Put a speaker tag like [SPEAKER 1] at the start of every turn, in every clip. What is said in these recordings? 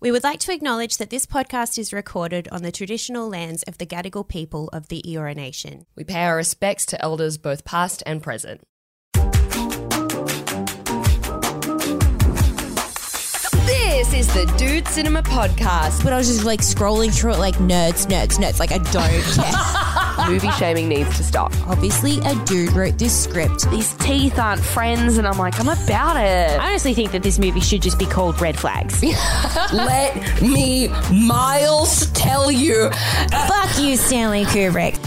[SPEAKER 1] We would like to acknowledge that this podcast is recorded on the traditional lands of the Gadigal people of the Eora Nation.
[SPEAKER 2] We pay our respects to elders both past and present. This is the Dude Cinema Podcast.
[SPEAKER 3] but I was just like scrolling through it, like nerds, nerds, nerds. Like I don't care.
[SPEAKER 2] Movie shaming needs to stop.
[SPEAKER 3] Obviously, a dude wrote this script.
[SPEAKER 4] His teeth aren't friends, and I'm like, I'm about it.
[SPEAKER 5] I honestly think that this movie should just be called Red Flags.
[SPEAKER 2] Let me, Miles, tell you.
[SPEAKER 3] Fuck you, Stanley Kubrick.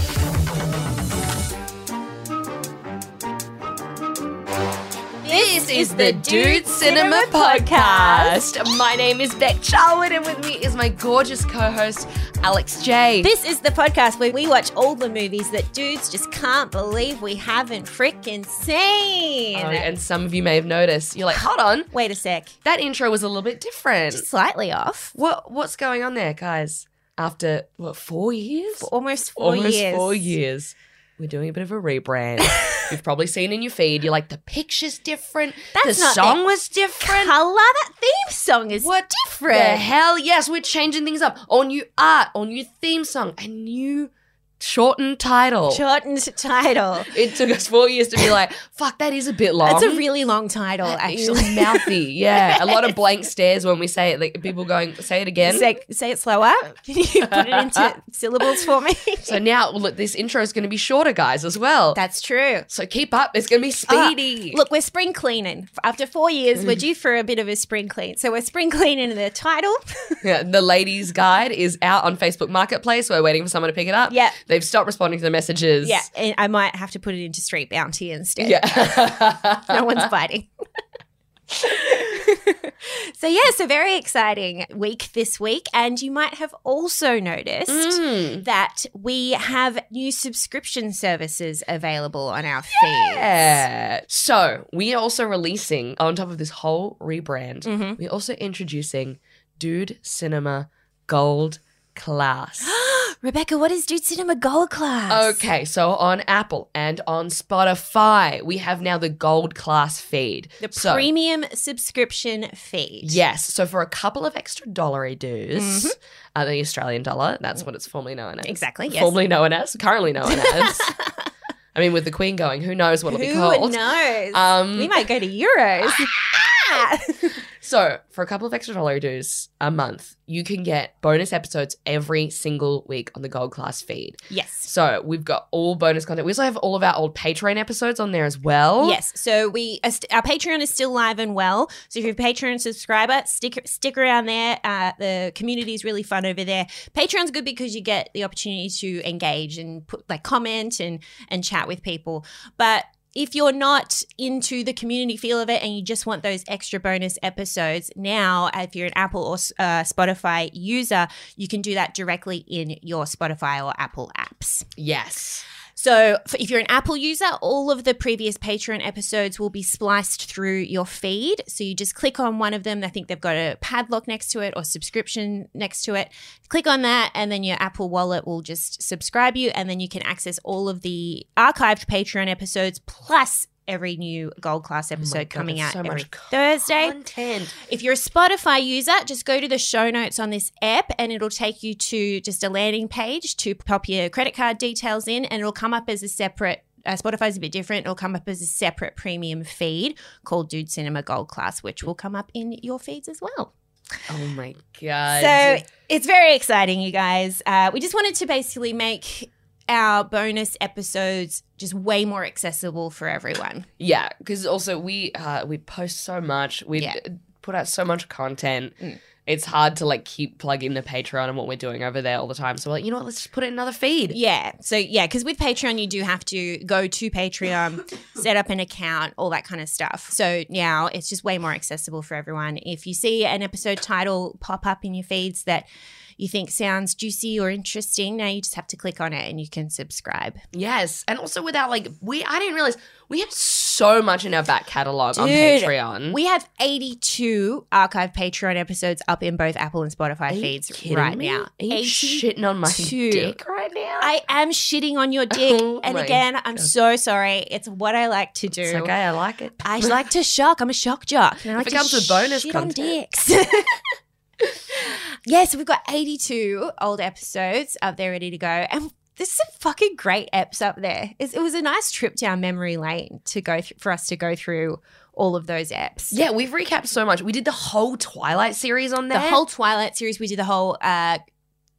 [SPEAKER 2] This is the Dude Cinema Podcast. My name is Beck Charwood, and with me is my gorgeous co host, Alex J.
[SPEAKER 1] This is the podcast where we watch all the movies that dudes just can't believe we haven't frickin' seen.
[SPEAKER 2] Oh, and some of you may have noticed. You're like, hold on,
[SPEAKER 1] Wait a sec.
[SPEAKER 2] that intro was a little bit different.
[SPEAKER 1] Slightly off.
[SPEAKER 2] What what's going on there, guys? After what four years?
[SPEAKER 1] Almost four
[SPEAKER 2] Almost
[SPEAKER 1] years.
[SPEAKER 2] four years. We're doing a bit of a rebrand. You've probably seen in your feed. You're like, the picture's different.
[SPEAKER 1] That's
[SPEAKER 2] the
[SPEAKER 1] not
[SPEAKER 2] song
[SPEAKER 1] it.
[SPEAKER 2] was different.
[SPEAKER 1] Colour that theme song is
[SPEAKER 2] What the
[SPEAKER 1] different.
[SPEAKER 2] hell? Yes, we're changing things up. All new art, all new theme song, a new shortened title.
[SPEAKER 1] Shortened title.
[SPEAKER 2] it took us four years to be like, fuck, that is a bit long.
[SPEAKER 1] That's a really long title, actually.
[SPEAKER 2] It's mouthy. Yeah, a lot of blank stares when we say it. Like people going, say it again.
[SPEAKER 1] Say, say it slower. Can you put it into syllables for me?
[SPEAKER 2] So now, well, look, this intro is going to be shorter, guys, as well.
[SPEAKER 1] That's true. Uh,
[SPEAKER 2] so keep up. It's going to be speedy.
[SPEAKER 1] Look, we're spring cleaning. After four years,
[SPEAKER 2] Mm.
[SPEAKER 1] we're due for a bit of a spring clean. So we're spring cleaning the title.
[SPEAKER 2] Yeah, the ladies' guide is out on Facebook Marketplace. We're waiting for someone to pick it up.
[SPEAKER 1] Yeah.
[SPEAKER 2] They've stopped responding to the messages.
[SPEAKER 1] yeah, and I might have to put it into street bounty instead.
[SPEAKER 2] Yeah.
[SPEAKER 1] No one's biting. so yeah, so very exciting week this week, and you might have also noticed
[SPEAKER 2] Mm.
[SPEAKER 1] that we have new subscription services available on our feed.
[SPEAKER 2] Yeah. So we are also releasing, on top of this whole rebrand,
[SPEAKER 1] Mhm.
[SPEAKER 2] we're also introducing Dude Cinema Gold Class.
[SPEAKER 1] Rebecca, what is Dude Cinema Gold Class?
[SPEAKER 2] Okay, so on Apple and on Spotify, we have now the Gold Class feed.
[SPEAKER 1] The
[SPEAKER 2] So-
[SPEAKER 1] premium subscription feed.
[SPEAKER 2] Yes. So for a couple of extra dollary dues, uh, the Australian dollar, that's what it's formerly known as.
[SPEAKER 1] Mm-hmm. Exactly, yes.
[SPEAKER 2] Formerly known as, currently known as. I mean, with the Queen going, who knows what it'll be
[SPEAKER 1] Who
[SPEAKER 2] called?
[SPEAKER 1] knows?
[SPEAKER 2] Um,
[SPEAKER 1] we might go to Euros. Ah!
[SPEAKER 2] So for a couple of extra dollary dues a month, you can get bonus episodes every single week on the Gold Class feed.
[SPEAKER 1] yes.
[SPEAKER 2] So we've got all bonus content. We also have all of our old Patreon episodes on there as well.
[SPEAKER 1] Yes. So we uh, st- our Patreon is still live and well. So if you're a Patreon subscriber, stick stick around there. Uh, the community is really fun over there. Patreon's good because you get the opportunity to engage and put like comment and and chat with people. But if you're not into the community feel of it and you just want those extra bonus episodes, now if you're an Apple or uh, Spotify user, you can do that directly in your Spotify or Apple apps.
[SPEAKER 2] Yes.
[SPEAKER 1] So, f- if you're an Apple user, all of the previous Patreon episodes will be spliced through your feed. So, you just click on one of them. I think they've got a padlock next to it or subscription next to it. Click on that, and then your Apple wallet will just subscribe you. And then you can access all of the archived Patreon episodes plus every new Gold Class episode
[SPEAKER 2] Oh God,
[SPEAKER 1] coming out
[SPEAKER 2] that's so
[SPEAKER 1] every
[SPEAKER 2] much
[SPEAKER 1] Thursday.
[SPEAKER 2] Content.
[SPEAKER 1] If you're a Spotify user, just go to the show notes on this app and it'll take you to just a landing page to pop your credit card details in and it'll come up as a separate. Uh, Spotify's a bit different. It'll come up as a separate premium feed called Dude Cinema Gold Class, which will come up in your feeds as well.
[SPEAKER 2] Oh my god.
[SPEAKER 1] So it's very exciting, you guys. Uh, we just wanted to basically make our bonus episodes just way more accessible for everyone.
[SPEAKER 2] Yeah, because also we uh, we post so much, we
[SPEAKER 1] Yeah.
[SPEAKER 2] put out so much content.
[SPEAKER 1] Mm.
[SPEAKER 2] It's hard to like keep plugging the Patreon and what we're doing over there all the time. So we're like, you know what? Let's just put it in another feed.
[SPEAKER 1] Yeah. So yeah, because with Patreon you do have to go to Patreon, set up an account, all that kind of stuff. So now it's just way more accessible for everyone. If you see an episode title pop up in your feeds that you think sounds juicy or interesting, now you just have to click on it and you can subscribe.
[SPEAKER 2] Yes, and also without like we, I didn't realize we have so much in our back catalog on
[SPEAKER 1] Dude,
[SPEAKER 2] Patreon.
[SPEAKER 1] We have 82 archived Patreon episodes up in both Apple and Spotify
[SPEAKER 2] Are you
[SPEAKER 1] feeds
[SPEAKER 2] kidding
[SPEAKER 1] right
[SPEAKER 2] me?
[SPEAKER 1] now.
[SPEAKER 2] Are you
[SPEAKER 1] 82.
[SPEAKER 2] shitting on my
[SPEAKER 1] two.
[SPEAKER 2] dick right now.
[SPEAKER 1] I am shitting on your dick.
[SPEAKER 2] Oh
[SPEAKER 1] and
[SPEAKER 2] my
[SPEAKER 1] again, I'm so sorry. It's what I like to do.
[SPEAKER 2] it's okay, I like it.
[SPEAKER 1] I like to shock. I'm a shock jock. And I like
[SPEAKER 2] If it
[SPEAKER 1] to
[SPEAKER 2] comes with bonus
[SPEAKER 1] shit on
[SPEAKER 2] content.
[SPEAKER 1] dicks. Yes, we've got 82 old episodes up there ready to go. And this is a fucking great eps up there. It's, it was a nice trip down memory lane to go th- for us to go through all of those eps.
[SPEAKER 2] Yeah, we've recapped so much. We did the whole Twilight series on
[SPEAKER 1] The
[SPEAKER 2] there.
[SPEAKER 1] whole Twilight series, we did the whole, uh,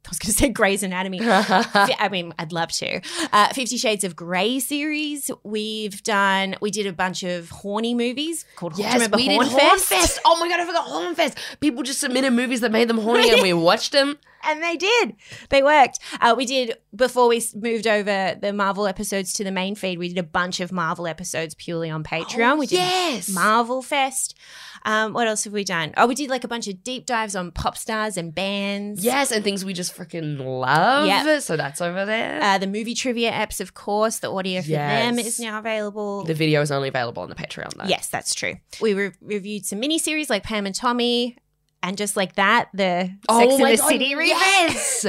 [SPEAKER 1] I was going to say Grey's Anatomy. Fi- I mean, I'd love to. Uh, Fifty Shades of Grey series. We've done, we did a bunch of horny movies called do you
[SPEAKER 2] Yes,
[SPEAKER 1] remember
[SPEAKER 2] we did
[SPEAKER 1] Hornfest?
[SPEAKER 2] Hornfest. Oh my god, I forgot Hornfest. People just submitted movies that made them horny, and we watched them.
[SPEAKER 1] And they did. They worked. Uh, we did, before we s- moved over the Marvel episodes to the main feed, we did a bunch of Marvel episodes purely on Patreon. we did
[SPEAKER 2] Oh, yes.
[SPEAKER 1] Marvel Fest. Um, what else have we done? Oh, we did like a bunch of deep dives on pop stars and bands.
[SPEAKER 2] Yes, and things we just freaking love.
[SPEAKER 1] Yep.
[SPEAKER 2] So that's over there.
[SPEAKER 1] Uh, the movie trivia apps, of course. The audio for them
[SPEAKER 2] Yes.
[SPEAKER 1] is now available.
[SPEAKER 2] the video is only available on the Patreon though.
[SPEAKER 1] yes, that's true. We re- reviewed some miniseries like Pam and Tommy, and just like that, the Sex in
[SPEAKER 2] Oh my
[SPEAKER 1] the
[SPEAKER 2] God,
[SPEAKER 1] City remake.
[SPEAKER 2] Yes.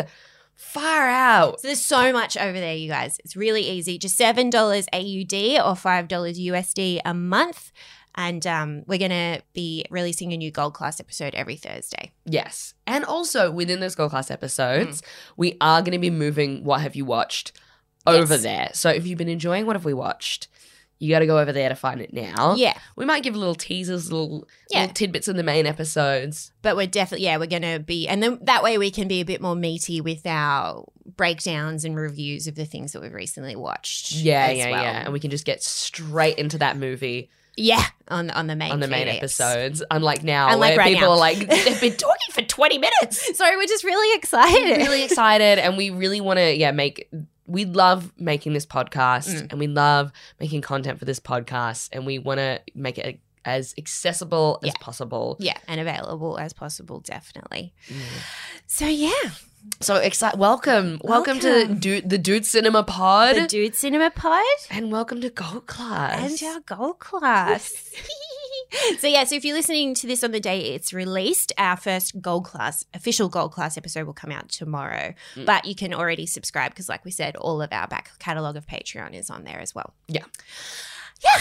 [SPEAKER 2] Far out.
[SPEAKER 1] So there's so much over there, you guys. It's really easy. Just seven dollars AUD or five dollars USD a month. And um, we're gonna be releasing a new gold class episode every Thursday.
[SPEAKER 2] Yes. And also within those Gold Class
[SPEAKER 1] Mm.
[SPEAKER 2] episodes, we are going to be moving What Have You Watched over
[SPEAKER 1] Yes.
[SPEAKER 2] there. So if you've been enjoying What Have We Watched, you got to go over there to find it now.
[SPEAKER 1] Yeah.
[SPEAKER 2] We might give little teasers, little,
[SPEAKER 1] Yeah.
[SPEAKER 2] little tidbits in the main episodes.
[SPEAKER 1] But we're definitely yeah, we're gonna be and then that way we can be a bit more meaty with our breakdowns and reviews of the things that we've recently watched.
[SPEAKER 2] Yeah,
[SPEAKER 1] as
[SPEAKER 2] yeah,
[SPEAKER 1] well.
[SPEAKER 2] yeah. And we can just get straight into that movie
[SPEAKER 1] Yeah. On on the main
[SPEAKER 2] on the main
[SPEAKER 1] feed apps.
[SPEAKER 2] episodes. Unlike now,
[SPEAKER 1] Unlike
[SPEAKER 2] where
[SPEAKER 1] right
[SPEAKER 2] people
[SPEAKER 1] now.
[SPEAKER 2] are like, they've been talking for 20 minutes.
[SPEAKER 1] Sorry, we're just really excited.
[SPEAKER 2] really excited and we really want to yeah make we love making this podcast
[SPEAKER 1] Mm.
[SPEAKER 2] and we love making content for this podcast and we want to make it as accessible as
[SPEAKER 1] Yeah.
[SPEAKER 2] possible
[SPEAKER 1] yeah, and available as possible, definitely. So yeah,
[SPEAKER 2] so excited welcome welcome, to
[SPEAKER 1] Welcome.
[SPEAKER 2] dude the dude cinema pod
[SPEAKER 1] the Dude Cinema Pod.
[SPEAKER 2] and welcome to gold class
[SPEAKER 1] And our gold class. so yeah, so if you're listening to this on the day it's released, our first gold class official gold class episode will come out tomorrow.
[SPEAKER 2] Mm.
[SPEAKER 1] But you can already subscribe because, like we said, all of our back catalogue of Patreon is on there as well.
[SPEAKER 2] Yeah.
[SPEAKER 1] Yeah.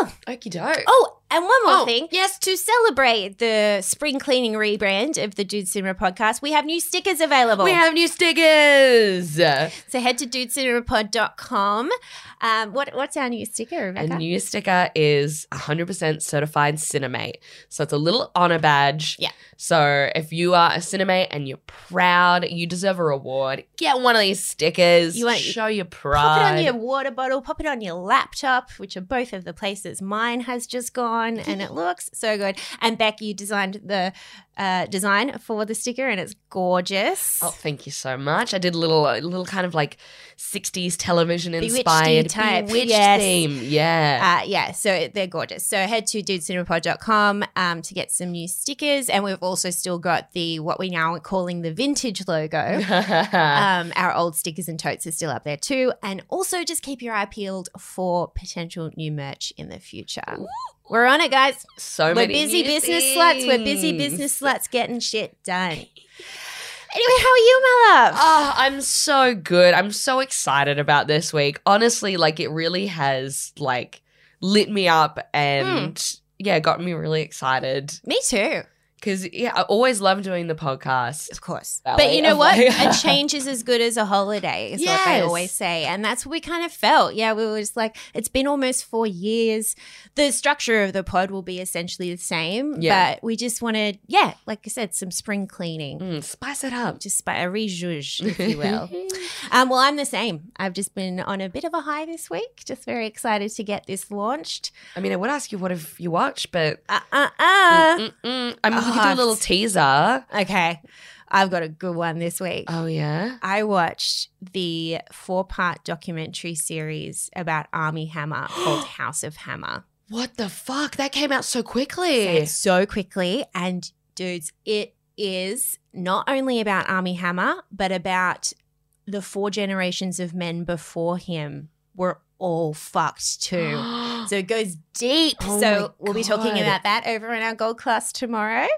[SPEAKER 1] Well.
[SPEAKER 2] okie doke
[SPEAKER 1] Oh, and one more
[SPEAKER 2] Oh,
[SPEAKER 1] thing. Yes. To celebrate the spring cleaning rebrand of the Dude Cinema podcast, we have new stickers available.
[SPEAKER 2] Oh, we have new stickers
[SPEAKER 1] so head to dudecinemapod.com. Um, what, what's our new sticker,
[SPEAKER 2] A
[SPEAKER 1] Rebecca?
[SPEAKER 2] new sticker is 100% certified Cinemate. So it's a little honor badge.
[SPEAKER 1] Yeah.
[SPEAKER 2] So if you are a Cinemate and you're proud, you deserve a reward, get one of these stickers.
[SPEAKER 1] You want-
[SPEAKER 2] show your pride.
[SPEAKER 1] Pop it on your water bottle, pop it on your laptop, which are both of the places mine has just gone, and it looks so good. And Becky you designed the uh, design for the sticker, and it's gorgeous.
[SPEAKER 2] Oh, thank you so much. I did a little, a little kind of like 60s television
[SPEAKER 1] Bewitched-y
[SPEAKER 2] inspired
[SPEAKER 1] type.
[SPEAKER 2] Bewitched
[SPEAKER 1] Yes.
[SPEAKER 2] theme. Yeah.
[SPEAKER 1] Uh, yeah, so they're gorgeous. So head to dudecinemapod.com um, to get some new stickers. And we've also still got the what we now are calling the vintage logo. Um, our old stickers and totes are still up there too. And also just keep your eye peeled for potential new merch in the future. We're on it, guys.
[SPEAKER 2] so
[SPEAKER 1] We're
[SPEAKER 2] many
[SPEAKER 1] busy
[SPEAKER 2] new
[SPEAKER 1] business sluts. We're busy
[SPEAKER 2] things.
[SPEAKER 1] business sluts getting shit done. Anyway, how are you, my love?
[SPEAKER 2] Oh, I'm so good. I'm so excited about this week. Honestly, like it really has like lit me up and yeah, got me really excited
[SPEAKER 1] Me too,
[SPEAKER 2] cuz yeah, I always love doing the podcast.
[SPEAKER 1] of course.
[SPEAKER 2] Ballet
[SPEAKER 1] but you know
[SPEAKER 2] of
[SPEAKER 1] what?
[SPEAKER 2] life.
[SPEAKER 1] a change is as good as a holiday, is what they
[SPEAKER 2] Yes.
[SPEAKER 1] always say. And that's what we kind of felt. Yeah, we were just like, it's been almost four years. The structure of the pod will be essentially the same.
[SPEAKER 2] Yeah.
[SPEAKER 1] But we just wanted, yeah, like I said, some spring cleaning.
[SPEAKER 2] Mm, spice it up.
[SPEAKER 1] Just by a rejouge, if you will. Um, well, I'm the same. I've just been on a bit of a high this week. Just very excited to get this launched.
[SPEAKER 2] I mean, I would ask you what have you watched, but mm,
[SPEAKER 1] Uh, uh, uh.
[SPEAKER 2] Mm-mm. I mean, we could do
[SPEAKER 1] Ah,
[SPEAKER 2] a little teaser.
[SPEAKER 1] Okay. I've got a good one this week.
[SPEAKER 2] Oh yeah.
[SPEAKER 1] I watched the four part documentary series about Army Hammer called House of Hammer
[SPEAKER 2] What the fuck? That came out so quickly.
[SPEAKER 1] so quickly. And dudes, it is not only about Army Hammer, but about the four generations of men before him were all fucked too. So it goes deep.
[SPEAKER 2] Oh
[SPEAKER 1] so
[SPEAKER 2] my
[SPEAKER 1] we'll be talking
[SPEAKER 2] God.
[SPEAKER 1] about that over in our gold class tomorrow.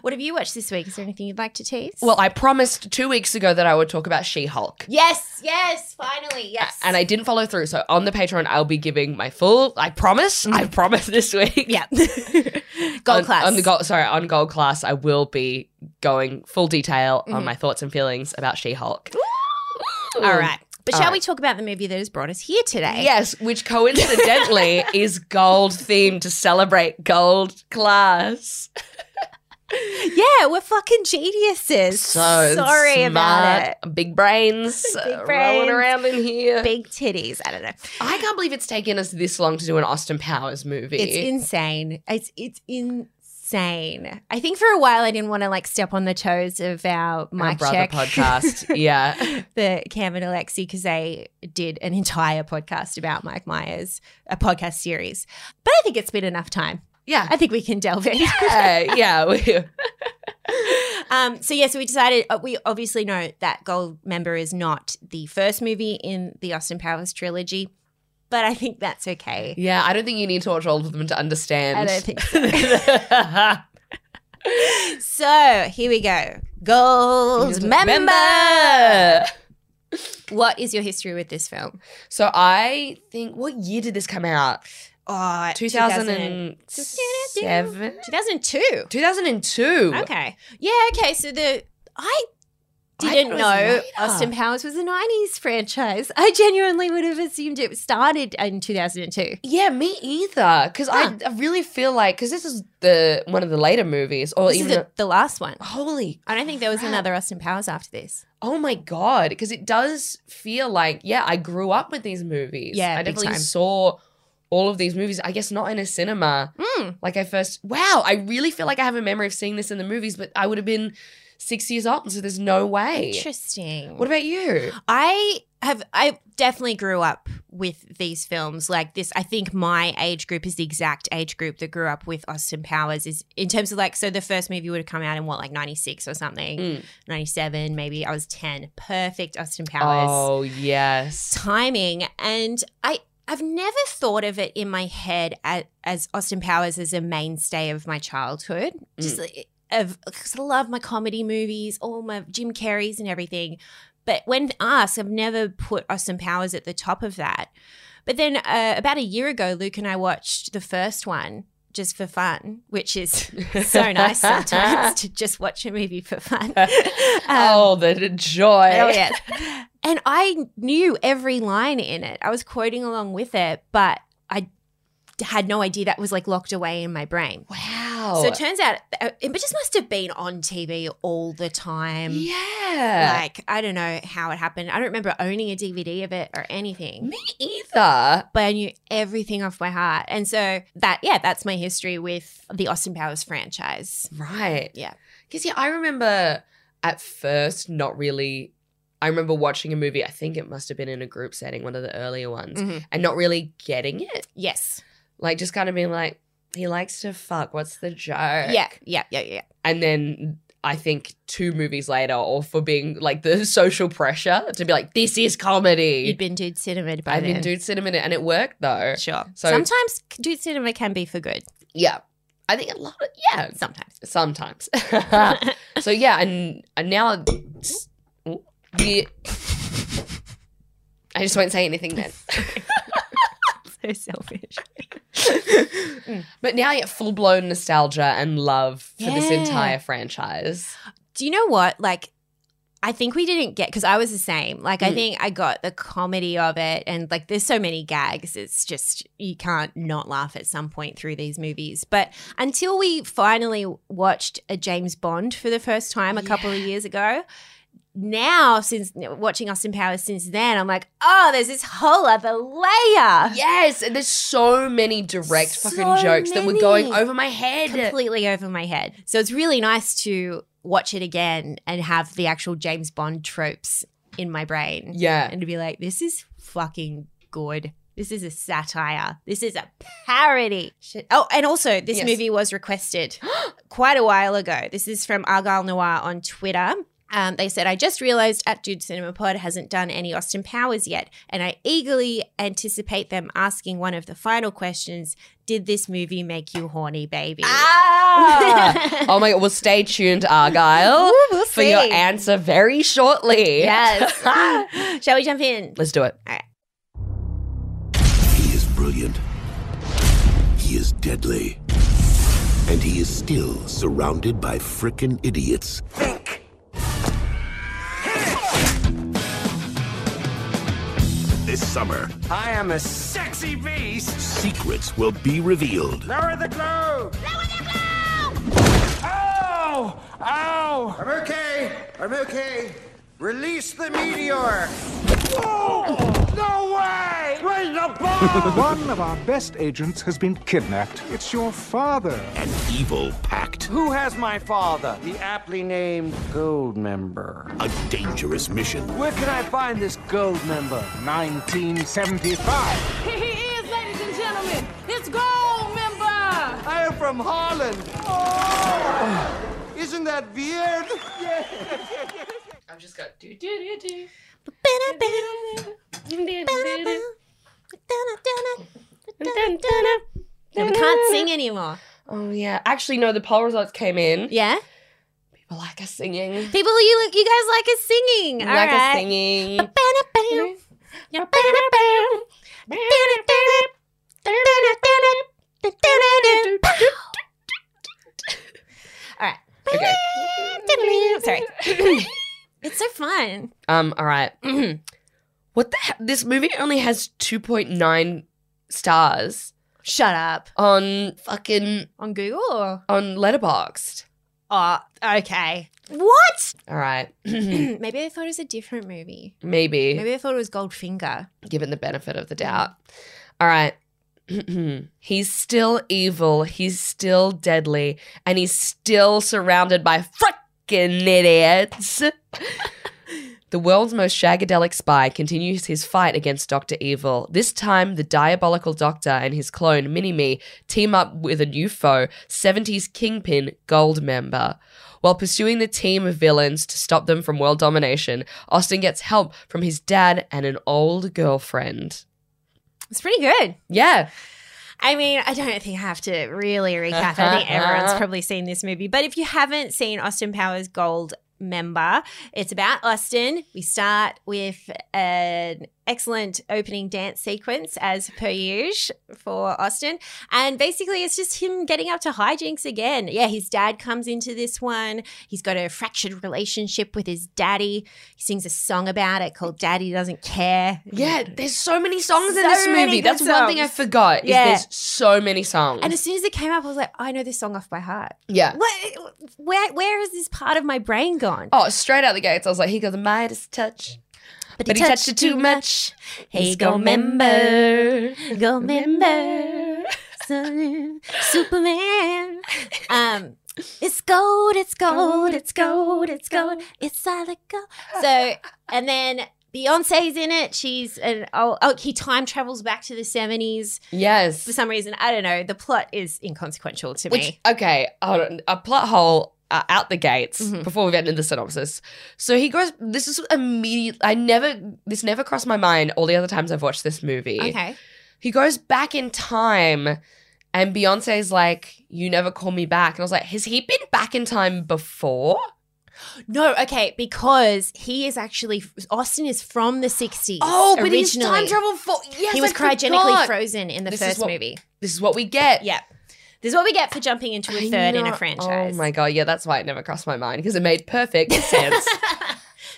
[SPEAKER 1] What have you watched this week? Is there anything you'd like to tease?
[SPEAKER 2] well, I promised 2 weeks ago that I would talk about She-Hulk.
[SPEAKER 1] yes, yes, finally, yes.
[SPEAKER 2] and I didn't follow through. So on the Patreon, I'll be giving my full. I promise. I promise this week.
[SPEAKER 1] Mm-hmm. yeah, gold
[SPEAKER 2] on,
[SPEAKER 1] class
[SPEAKER 2] on the gold. Sorry, on gold class, I will be going full detail on my thoughts and feelings about Um, She Hulk.
[SPEAKER 1] Mm-hmm. All right. But shall we talk about the movie that has brought us here today?
[SPEAKER 2] Yes, which coincidentally is gold themed to celebrate gold class.
[SPEAKER 1] Yeah, we're fucking geniuses.
[SPEAKER 2] So
[SPEAKER 1] sorry
[SPEAKER 2] smart,
[SPEAKER 1] about it.
[SPEAKER 2] Big brains,
[SPEAKER 1] Big
[SPEAKER 2] uh,
[SPEAKER 1] brains.
[SPEAKER 2] rolling around in here.
[SPEAKER 1] Big titties. I don't know.
[SPEAKER 2] I can't believe it's taken us this long to do an Austin Powers movie.
[SPEAKER 1] It's insane. It's it's insane. I think for a while I didn't want to like step on the toes of our
[SPEAKER 2] my
[SPEAKER 1] mic
[SPEAKER 2] brother
[SPEAKER 1] check
[SPEAKER 2] podcast. yeah.
[SPEAKER 1] the Cam and Alexi because they did an entire podcast about Mike Myers, a podcast series. But I think it's been enough time.
[SPEAKER 2] Yeah.
[SPEAKER 1] I think we can delve in.
[SPEAKER 2] Uh, yeah. we-
[SPEAKER 1] Um, so yeah, so we decided uh, we obviously know that Gold Member is not the first movie in the Austin Powers trilogy, but I think that's okay.
[SPEAKER 2] yeah. I don't think you need to watch all of them to understand.
[SPEAKER 1] I don't think
[SPEAKER 2] so.
[SPEAKER 1] So here we go. Gold Member.
[SPEAKER 2] Member.
[SPEAKER 1] What is your history with this film?
[SPEAKER 2] So I think, what year did this come out?
[SPEAKER 1] Oh,
[SPEAKER 2] 2007?
[SPEAKER 1] 2002.
[SPEAKER 2] 2002.
[SPEAKER 1] Okay. Yeah, okay. So the I
[SPEAKER 2] I thought
[SPEAKER 1] didn't
[SPEAKER 2] it was
[SPEAKER 1] know
[SPEAKER 2] later.
[SPEAKER 1] Austin Powers was a 90s franchise. I genuinely would have assumed it started in 2002.
[SPEAKER 2] Yeah, me either. Because
[SPEAKER 1] Huh.
[SPEAKER 2] I, I really feel like because this is the one of the later movies, or
[SPEAKER 1] This is
[SPEAKER 2] even
[SPEAKER 1] the, the last one.
[SPEAKER 2] a- holy,
[SPEAKER 1] I don't think there was
[SPEAKER 2] crap.
[SPEAKER 1] another Austin Powers after this.
[SPEAKER 2] oh my god! Because it does feel like yeah, I grew up with these movies.
[SPEAKER 1] Yeah,
[SPEAKER 2] I
[SPEAKER 1] big
[SPEAKER 2] definitely
[SPEAKER 1] time.
[SPEAKER 2] saw all of these movies. I guess not in a cinema.
[SPEAKER 1] Mm.
[SPEAKER 2] Like I first, wow! I really feel like I have a memory of seeing this in the movies, but I would have been six years old, so there's no way.
[SPEAKER 1] Interesting.
[SPEAKER 2] What about you?
[SPEAKER 1] I have I definitely grew up with these films like this. I think my age group is the exact age group that grew up with Austin Powers is in terms of like so the first movie would have come out in what like 96 or something,
[SPEAKER 2] Mm.
[SPEAKER 1] 97 maybe. I was 10. Perfect Austin Powers
[SPEAKER 2] Oh yes.
[SPEAKER 1] timing and I I've never thought of it in my head as, as Austin Powers as a mainstay of my childhood. Just like, of cause I love my comedy movies, all my Jim Carrey's and everything. But when asked, I've never put Austin Powers at the top of that. But then uh, about a year ago, Luke and I watched the first one just for fun, which is so nice sometimes to just watch a movie for fun. Um,
[SPEAKER 2] oh, the joy.
[SPEAKER 1] Oh yes. and I knew every line in it. I was quoting along with it, but I d- had no idea that was like locked away in my brain.
[SPEAKER 2] Wow.
[SPEAKER 1] So it turns out uh, it just must have been on TV all the time.
[SPEAKER 2] yeah.
[SPEAKER 1] Like I don't know how it happened. I don't remember owning a DVD of it or anything.
[SPEAKER 2] Me either.
[SPEAKER 1] But I knew everything off by heart. And so that yeah, that's my history with the Austin Powers franchise.
[SPEAKER 2] Right.
[SPEAKER 1] Yeah.
[SPEAKER 2] Because, yeah, I remember at first not really. I remember watching a movie, I think it must have been in a group setting, one of the earlier ones,
[SPEAKER 1] Mhm.
[SPEAKER 2] and not really getting it.
[SPEAKER 1] Yes.
[SPEAKER 2] Like, just kind of being like, he likes to fuck. What's the joke?
[SPEAKER 1] Yeah, yeah, yeah, yeah.
[SPEAKER 2] And then I think two movies later, or for being like the social pressure to be like, this is
[SPEAKER 1] You'd
[SPEAKER 2] comedy.
[SPEAKER 1] been dude cinema by
[SPEAKER 2] I've
[SPEAKER 1] then.
[SPEAKER 2] been dude cinema, and it worked though.
[SPEAKER 1] Sure.
[SPEAKER 2] So-
[SPEAKER 1] sometimes dude cinema can be for good.
[SPEAKER 2] Yeah. I think a lot of, yeah,
[SPEAKER 1] Sometimes.
[SPEAKER 2] sometimes.
[SPEAKER 1] Ah.
[SPEAKER 2] so yeah, and, and now s- ooh, the I just won't say anything then.
[SPEAKER 1] so selfish.
[SPEAKER 2] But now you get full blown nostalgia and love for this
[SPEAKER 1] Yeah.
[SPEAKER 2] entire franchise.
[SPEAKER 1] Do you know what? Like, I think we didn't get because I was the same. Like, I
[SPEAKER 2] Mm.
[SPEAKER 1] think I got the comedy of it, and like, there's so many gags. It's just you can't not laugh at some point through these movies. But until we finally watched a James Bond for the first time a couple of years ago. Now, since watching Austin Powers since then, I'm like, oh, there's this whole other layer.
[SPEAKER 2] Yes, and there's so many direct
[SPEAKER 1] So
[SPEAKER 2] fucking jokes that were going
[SPEAKER 1] many.
[SPEAKER 2] over my head.
[SPEAKER 1] completely over my head. So it's really nice to watch it again and have the actual James Bond tropes in my brain
[SPEAKER 2] yeah.
[SPEAKER 1] and to be like, this is fucking good. This is a satire. This is a parody. Shit. Oh, and also, this
[SPEAKER 2] Yes.
[SPEAKER 1] movie was requested quite a while ago. This is from Argyle Noir on Twitter. Um, they said, I just realized at Dude Cinema Pod hasn't done any Austin Powers yet, and I eagerly anticipate them asking one of the final questions Did this movie make you horny, baby?
[SPEAKER 2] Ah! oh my god, well stay tuned, Argyle.
[SPEAKER 1] Ooh, we'll
[SPEAKER 2] for your
[SPEAKER 1] see.
[SPEAKER 2] answer very shortly.
[SPEAKER 1] Yes. Shall we jump in?
[SPEAKER 2] Let's do it.
[SPEAKER 6] He is brilliant. He is deadly. and he is still surrounded by frickin' idiots. Think! This summer,
[SPEAKER 7] I am a sexy beast.
[SPEAKER 6] secrets will be revealed.
[SPEAKER 7] Lower the globe. Lower the globe. Ow! Ow! I'm okay. I'm okay. Release the meteor. Whoa! Oh! No way! Raise the bar!
[SPEAKER 8] One of our best agents has been kidnapped. It's your father.
[SPEAKER 6] An evil pact,
[SPEAKER 7] Who has my father? The aptly named gold member.
[SPEAKER 6] a dangerous mission,
[SPEAKER 7] Where can I find this gold member?
[SPEAKER 8] 1975.
[SPEAKER 9] Here he is, ladies and gentlemen. It's Gold Member.
[SPEAKER 7] I am from Harlan. Oh! Isn't that weird?
[SPEAKER 2] I've just got do do do do.
[SPEAKER 1] No, we can't sing anymore.
[SPEAKER 2] Oh yeah. Actually, no. The poll results came in.
[SPEAKER 1] Yeah,
[SPEAKER 2] People like us singing.
[SPEAKER 1] people, you you guys like us singing. All
[SPEAKER 2] like us
[SPEAKER 1] right.
[SPEAKER 2] singing.
[SPEAKER 1] All
[SPEAKER 2] Okay.
[SPEAKER 1] right. Sorry. it's so fun.
[SPEAKER 2] Um. All right. what the? He- this movie only has two point nine stars
[SPEAKER 1] Shut up.
[SPEAKER 2] on fucking
[SPEAKER 1] On Google or?
[SPEAKER 2] on Letterboxd.
[SPEAKER 1] Oh, okay. Hmm. What?
[SPEAKER 2] All right.
[SPEAKER 1] Maybe I thought it was a different movie.
[SPEAKER 2] Maybe.
[SPEAKER 1] Maybe I thought it was Goldfinger.
[SPEAKER 2] given the benefit of the doubt. All right. he's still evil. He's still deadly. And he's still surrounded by frickin' idiots. the world's most shagadelic spy continues his fight against Dr. Evil. This time, the diabolical doctor and his clone, Mini Me, team up with a new foe, 70s kingpin Goldmember. While pursuing the team of villains to stop them from world domination, Austin gets help from his dad and an old girlfriend.
[SPEAKER 1] It's pretty good.
[SPEAKER 2] Yeah.
[SPEAKER 1] I mean, I don't think I have to really recap. I think everyone's probably seen this movie. But if you haven't seen Austin Powers Gold member, it's about Austin. We start with an excellent opening dance sequence, as per usual, for Austin. And basically, it's just him getting up to hijinks again. Yeah, his dad comes into this one. He's got a fractured relationship with his daddy. He sings a song about it called Daddy Doesn't Care.
[SPEAKER 2] Yeah, there's so many songs in
[SPEAKER 1] So
[SPEAKER 2] this
[SPEAKER 1] many
[SPEAKER 2] movie.
[SPEAKER 1] good
[SPEAKER 2] That's one thing I
[SPEAKER 1] songs.
[SPEAKER 2] forgot.
[SPEAKER 1] Yeah.
[SPEAKER 2] Is there's so many songs.
[SPEAKER 1] And as soon as it came up, I was like, "Oh, I know this song off by heart.
[SPEAKER 2] yeah.
[SPEAKER 1] What, where where has this part of my brain gone?
[SPEAKER 2] Oh, straight out the gates, I was like, he got the Midas touch. But he touched it too much.
[SPEAKER 1] Hey,
[SPEAKER 2] He's go
[SPEAKER 1] go member,
[SPEAKER 2] member.
[SPEAKER 1] go member, Sun- Superman. Um, it's gold, it's gold, it's gold, it's gold, it's solid gold. So, and then Beyonce's in it. She's an oh, oh he time travels back to the seventies
[SPEAKER 2] Yes.
[SPEAKER 1] for some reason. I don't know. The plot is inconsequential to
[SPEAKER 2] Which,
[SPEAKER 1] me.
[SPEAKER 2] okay, hold on. A plot hole uh, out the gates
[SPEAKER 1] Mhm.
[SPEAKER 2] before we've ended the synopsis. So he goes, this is immediate. I never, this never crossed my mind all the other times I've watched this movie.
[SPEAKER 1] Okay.
[SPEAKER 2] He goes back in time and Beyonce's like, You never call me back. And I was like, Has he been back in time before?
[SPEAKER 1] No, okay, because he is actually Austin is from the sixties.
[SPEAKER 2] Oh, but
[SPEAKER 1] originally.
[SPEAKER 2] he's time travel for yes.
[SPEAKER 1] he was
[SPEAKER 2] I
[SPEAKER 1] cryogenically
[SPEAKER 2] forgot.
[SPEAKER 1] frozen in the
[SPEAKER 2] This is
[SPEAKER 1] first
[SPEAKER 2] what-
[SPEAKER 1] movie.
[SPEAKER 2] This is what we get.
[SPEAKER 1] Yep. This is what we get for jumping into a
[SPEAKER 2] I
[SPEAKER 1] third in
[SPEAKER 2] know-
[SPEAKER 1] a franchise.
[SPEAKER 2] Oh my god, yeah, that's why it never crossed my mind, because it made perfect sense.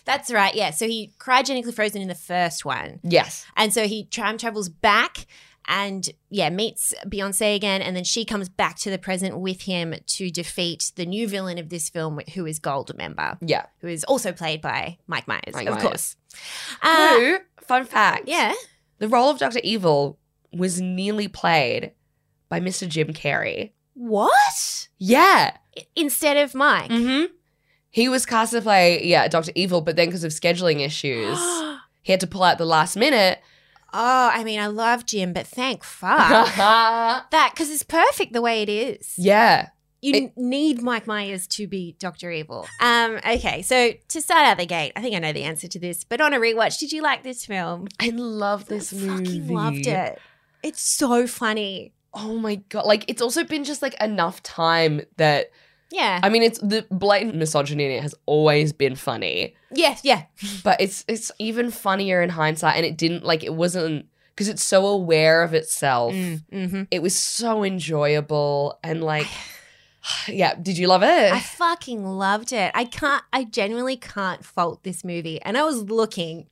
[SPEAKER 1] That's right. Yeah. So he cryogenically frozen in the first one.
[SPEAKER 2] yes.
[SPEAKER 1] And so he time travels back and yeah, meets Beyonce again. And then she comes back to the present with him to defeat the new villain of this film, who is Goldmember,
[SPEAKER 2] Yeah.
[SPEAKER 1] who is also played by Mike Myers,
[SPEAKER 2] Mike
[SPEAKER 1] of
[SPEAKER 2] Myers.
[SPEAKER 1] course. Uh,
[SPEAKER 2] Who, fun fact.
[SPEAKER 1] yeah.
[SPEAKER 2] The role of Dr. Evil was nearly played by Mr. Jim Carrey.
[SPEAKER 1] What?
[SPEAKER 2] Yeah.
[SPEAKER 1] Instead of Mike.
[SPEAKER 2] Mm-hmm. He was cast to play, yeah, Doctor Evil, but then because of scheduling issues,
[SPEAKER 1] oh,
[SPEAKER 2] he had to pull out the last minute.
[SPEAKER 1] I mean, I love Jim, but thank fuck that because it's perfect the way it is.
[SPEAKER 2] yeah.
[SPEAKER 1] You
[SPEAKER 2] It-
[SPEAKER 1] need Mike Myers to be Doctor Evil. Um, okay, so to start out the gate, I think I know the answer to this, but on a rewatch, did you like this film?
[SPEAKER 2] I love this
[SPEAKER 1] I
[SPEAKER 2] movie.
[SPEAKER 1] fucking loved it. It's so funny.
[SPEAKER 2] Oh my god! Like it's also been just like enough time that
[SPEAKER 1] Yeah.
[SPEAKER 2] I mean, it's the blatant misogyny in it has always been funny,
[SPEAKER 1] yeah, yeah.
[SPEAKER 2] but it's it's even funnier in hindsight. And it didn't like it wasn't because it's so aware of itself.
[SPEAKER 1] Mm, mhm.
[SPEAKER 2] It was so enjoyable and like Yeah. Did you love it?
[SPEAKER 1] I fucking loved it. I can't. I genuinely can't fault this movie. And I was looking.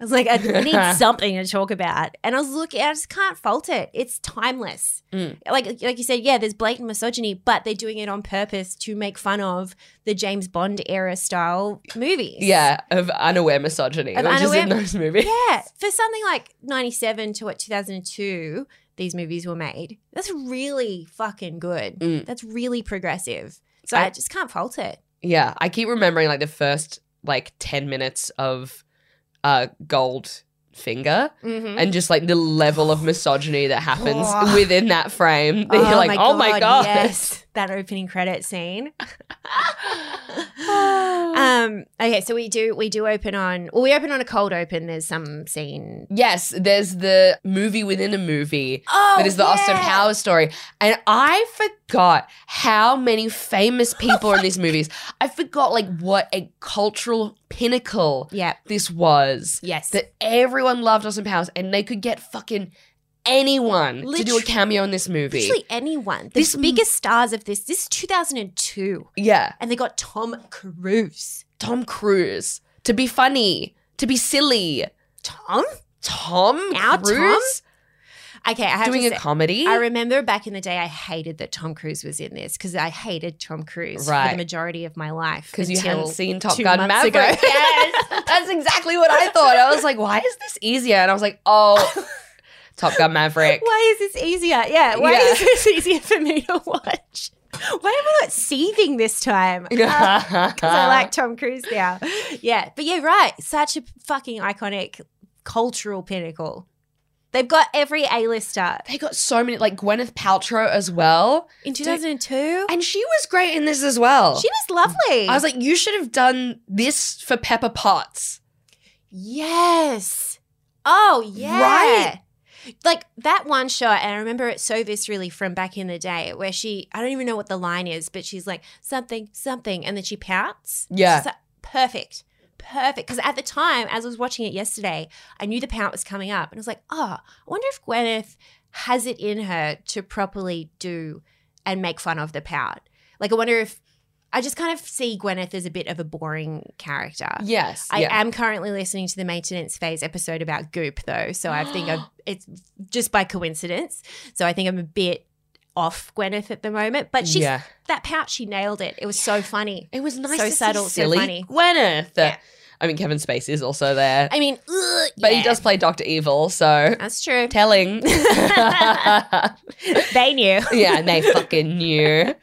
[SPEAKER 1] I was like, I need something to talk about. And I was looking. I just can't fault it. It's timeless.
[SPEAKER 2] Mm.
[SPEAKER 1] Like, like you said, yeah. There's blatant misogyny, but they're doing it on purpose to make fun of the James Bond era style movies.
[SPEAKER 2] yeah, of unaware misogyny,
[SPEAKER 1] Of
[SPEAKER 2] which is in
[SPEAKER 1] unaware-
[SPEAKER 2] those movies.
[SPEAKER 1] Yeah, for something like 97 to what 2002 these movies were made. That's really fucking good.
[SPEAKER 2] Mm.
[SPEAKER 1] That's really progressive. So
[SPEAKER 2] I-
[SPEAKER 1] I just can't fault it.
[SPEAKER 2] Yeah, I keep remembering like the first like 10 minutes of uh Gold Finger
[SPEAKER 1] Mm-hmm.
[SPEAKER 2] and just like the level of misogyny that happens within that frame. That
[SPEAKER 1] oh
[SPEAKER 2] you're like, "Oh my god."
[SPEAKER 1] Yes, that opening credit scene. um. Okay, so we do we do open on well we open on a cold open. There's some scene.
[SPEAKER 2] Yes, there's the movie within a movie
[SPEAKER 1] Oh,
[SPEAKER 2] that is the Austin Powers story. And I forgot how many famous people are in these movies. I forgot like what a cultural pinnacle
[SPEAKER 1] Yep.
[SPEAKER 2] this was.
[SPEAKER 1] Yes.
[SPEAKER 2] that everyone loved Austin Powers and they could get fucking anyone to do a
[SPEAKER 1] Literally-
[SPEAKER 2] cameo in this movie.
[SPEAKER 1] Literally anyone. The
[SPEAKER 2] This m-
[SPEAKER 1] biggest stars of this. This is 2002,
[SPEAKER 2] yeah.
[SPEAKER 1] and they got Tom Cruise.
[SPEAKER 2] Tom Cruise to be funny, to be silly.
[SPEAKER 1] Tom.
[SPEAKER 2] Tom
[SPEAKER 1] Now
[SPEAKER 2] Cruise
[SPEAKER 1] Okay, I have
[SPEAKER 2] doing
[SPEAKER 1] to
[SPEAKER 2] a
[SPEAKER 1] say,
[SPEAKER 2] comedy?
[SPEAKER 1] I remember back in the day, I hated that Tom Cruise was in this because I hated Tom Cruise for
[SPEAKER 2] Right.
[SPEAKER 1] the majority of my life.
[SPEAKER 2] because you
[SPEAKER 1] until
[SPEAKER 2] hadn't seen Top
[SPEAKER 1] two
[SPEAKER 2] Gun
[SPEAKER 1] months
[SPEAKER 2] Maverick.
[SPEAKER 1] ago.
[SPEAKER 2] Yes, that's exactly what I thought. I was like, why is this easier? And I was like, oh, Top Gun Maverick.
[SPEAKER 1] Why is this easier? Yeah, why
[SPEAKER 2] Yeah.
[SPEAKER 1] is this easier for me to watch? Why am I not seething this time? Because I like Tom Cruise now. Yeah, but yeah, right. Such a fucking iconic cultural pinnacle. They've got every A-lister
[SPEAKER 2] They got so many, like Gwyneth Paltrow as well.
[SPEAKER 1] in 2002.
[SPEAKER 2] And she was great in this as well.
[SPEAKER 1] She was lovely.
[SPEAKER 2] I was like, you should have done this for Pepper Potts.
[SPEAKER 1] Yes. Oh, yeah.
[SPEAKER 2] Right?
[SPEAKER 1] Like that one shot, and I remember it so viscerally from back in the day where she, I don't even know what the line is, but she's like, something, something. And then she pouts.
[SPEAKER 2] Yeah.
[SPEAKER 1] She's like, perfect. Perfect. Because at the time, as I was watching it yesterday, I knew the pout was coming up. And I was like, oh, I wonder if Gwyneth has it in her to properly do and make fun of the pout. Like, I wonder if I just kind of see Gwyneth as a bit of a boring character.
[SPEAKER 2] Yes.
[SPEAKER 1] I am currently listening to the maintenance phase episode about Goop, though, so I think I've, it's just by coincidence. So I think I'm a bit off Gwyneth at the moment, but she's
[SPEAKER 2] Yeah.
[SPEAKER 1] that pouch. She nailed it. It was so funny.
[SPEAKER 2] It was nice
[SPEAKER 1] So
[SPEAKER 2] to
[SPEAKER 1] subtle, so
[SPEAKER 2] see silly
[SPEAKER 1] funny.
[SPEAKER 2] Gwyneth.
[SPEAKER 1] Yeah.
[SPEAKER 2] I mean, Kevin Spacey is also there,
[SPEAKER 1] I mean, ugh,
[SPEAKER 2] but he
[SPEAKER 1] yeah. Um.
[SPEAKER 2] does play Doctor Evil, so
[SPEAKER 1] That's true.
[SPEAKER 2] telling.
[SPEAKER 1] They knew.
[SPEAKER 2] yeah, they fucking knew.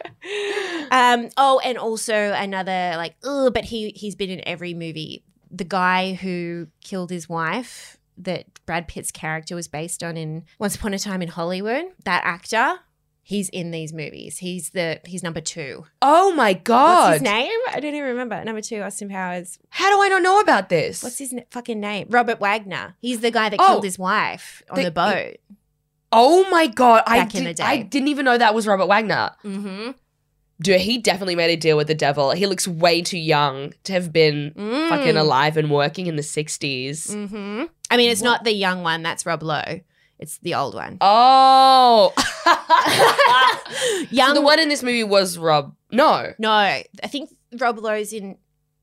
[SPEAKER 1] Um. Oh, and also another like, ugh, but he he's been in every movie. The guy who killed his wife that Brad Pitt's character was based on in Once Upon a Time in Hollywood. That actor, he's in these movies. He's the he's number two.
[SPEAKER 2] Oh my
[SPEAKER 1] What's
[SPEAKER 2] god!
[SPEAKER 1] his name? I don't even remember. Number two, Austin Powers.
[SPEAKER 2] How do I not know about this?
[SPEAKER 1] What's his n- fucking name? Robert Wagner. He's the guy that
[SPEAKER 2] Oh.
[SPEAKER 1] killed his wife on
[SPEAKER 2] The-
[SPEAKER 1] the, boat.
[SPEAKER 2] oh my god! I
[SPEAKER 1] Back in
[SPEAKER 2] did-
[SPEAKER 1] the
[SPEAKER 2] I
[SPEAKER 1] day.
[SPEAKER 2] didn't even know that was Robert Wagner.
[SPEAKER 1] mm-hmm.
[SPEAKER 2] Dude, he definitely made a deal with the devil. He looks way too young to have been fucking alive and working in the 60s.
[SPEAKER 1] Mm. Mm-hmm. I mean, it's not the young one. That's Rob Lowe. It's the old one.
[SPEAKER 2] Oh.
[SPEAKER 1] Young
[SPEAKER 2] So the one in this movie was Rob. No.
[SPEAKER 1] No, I think Rob Lowe's in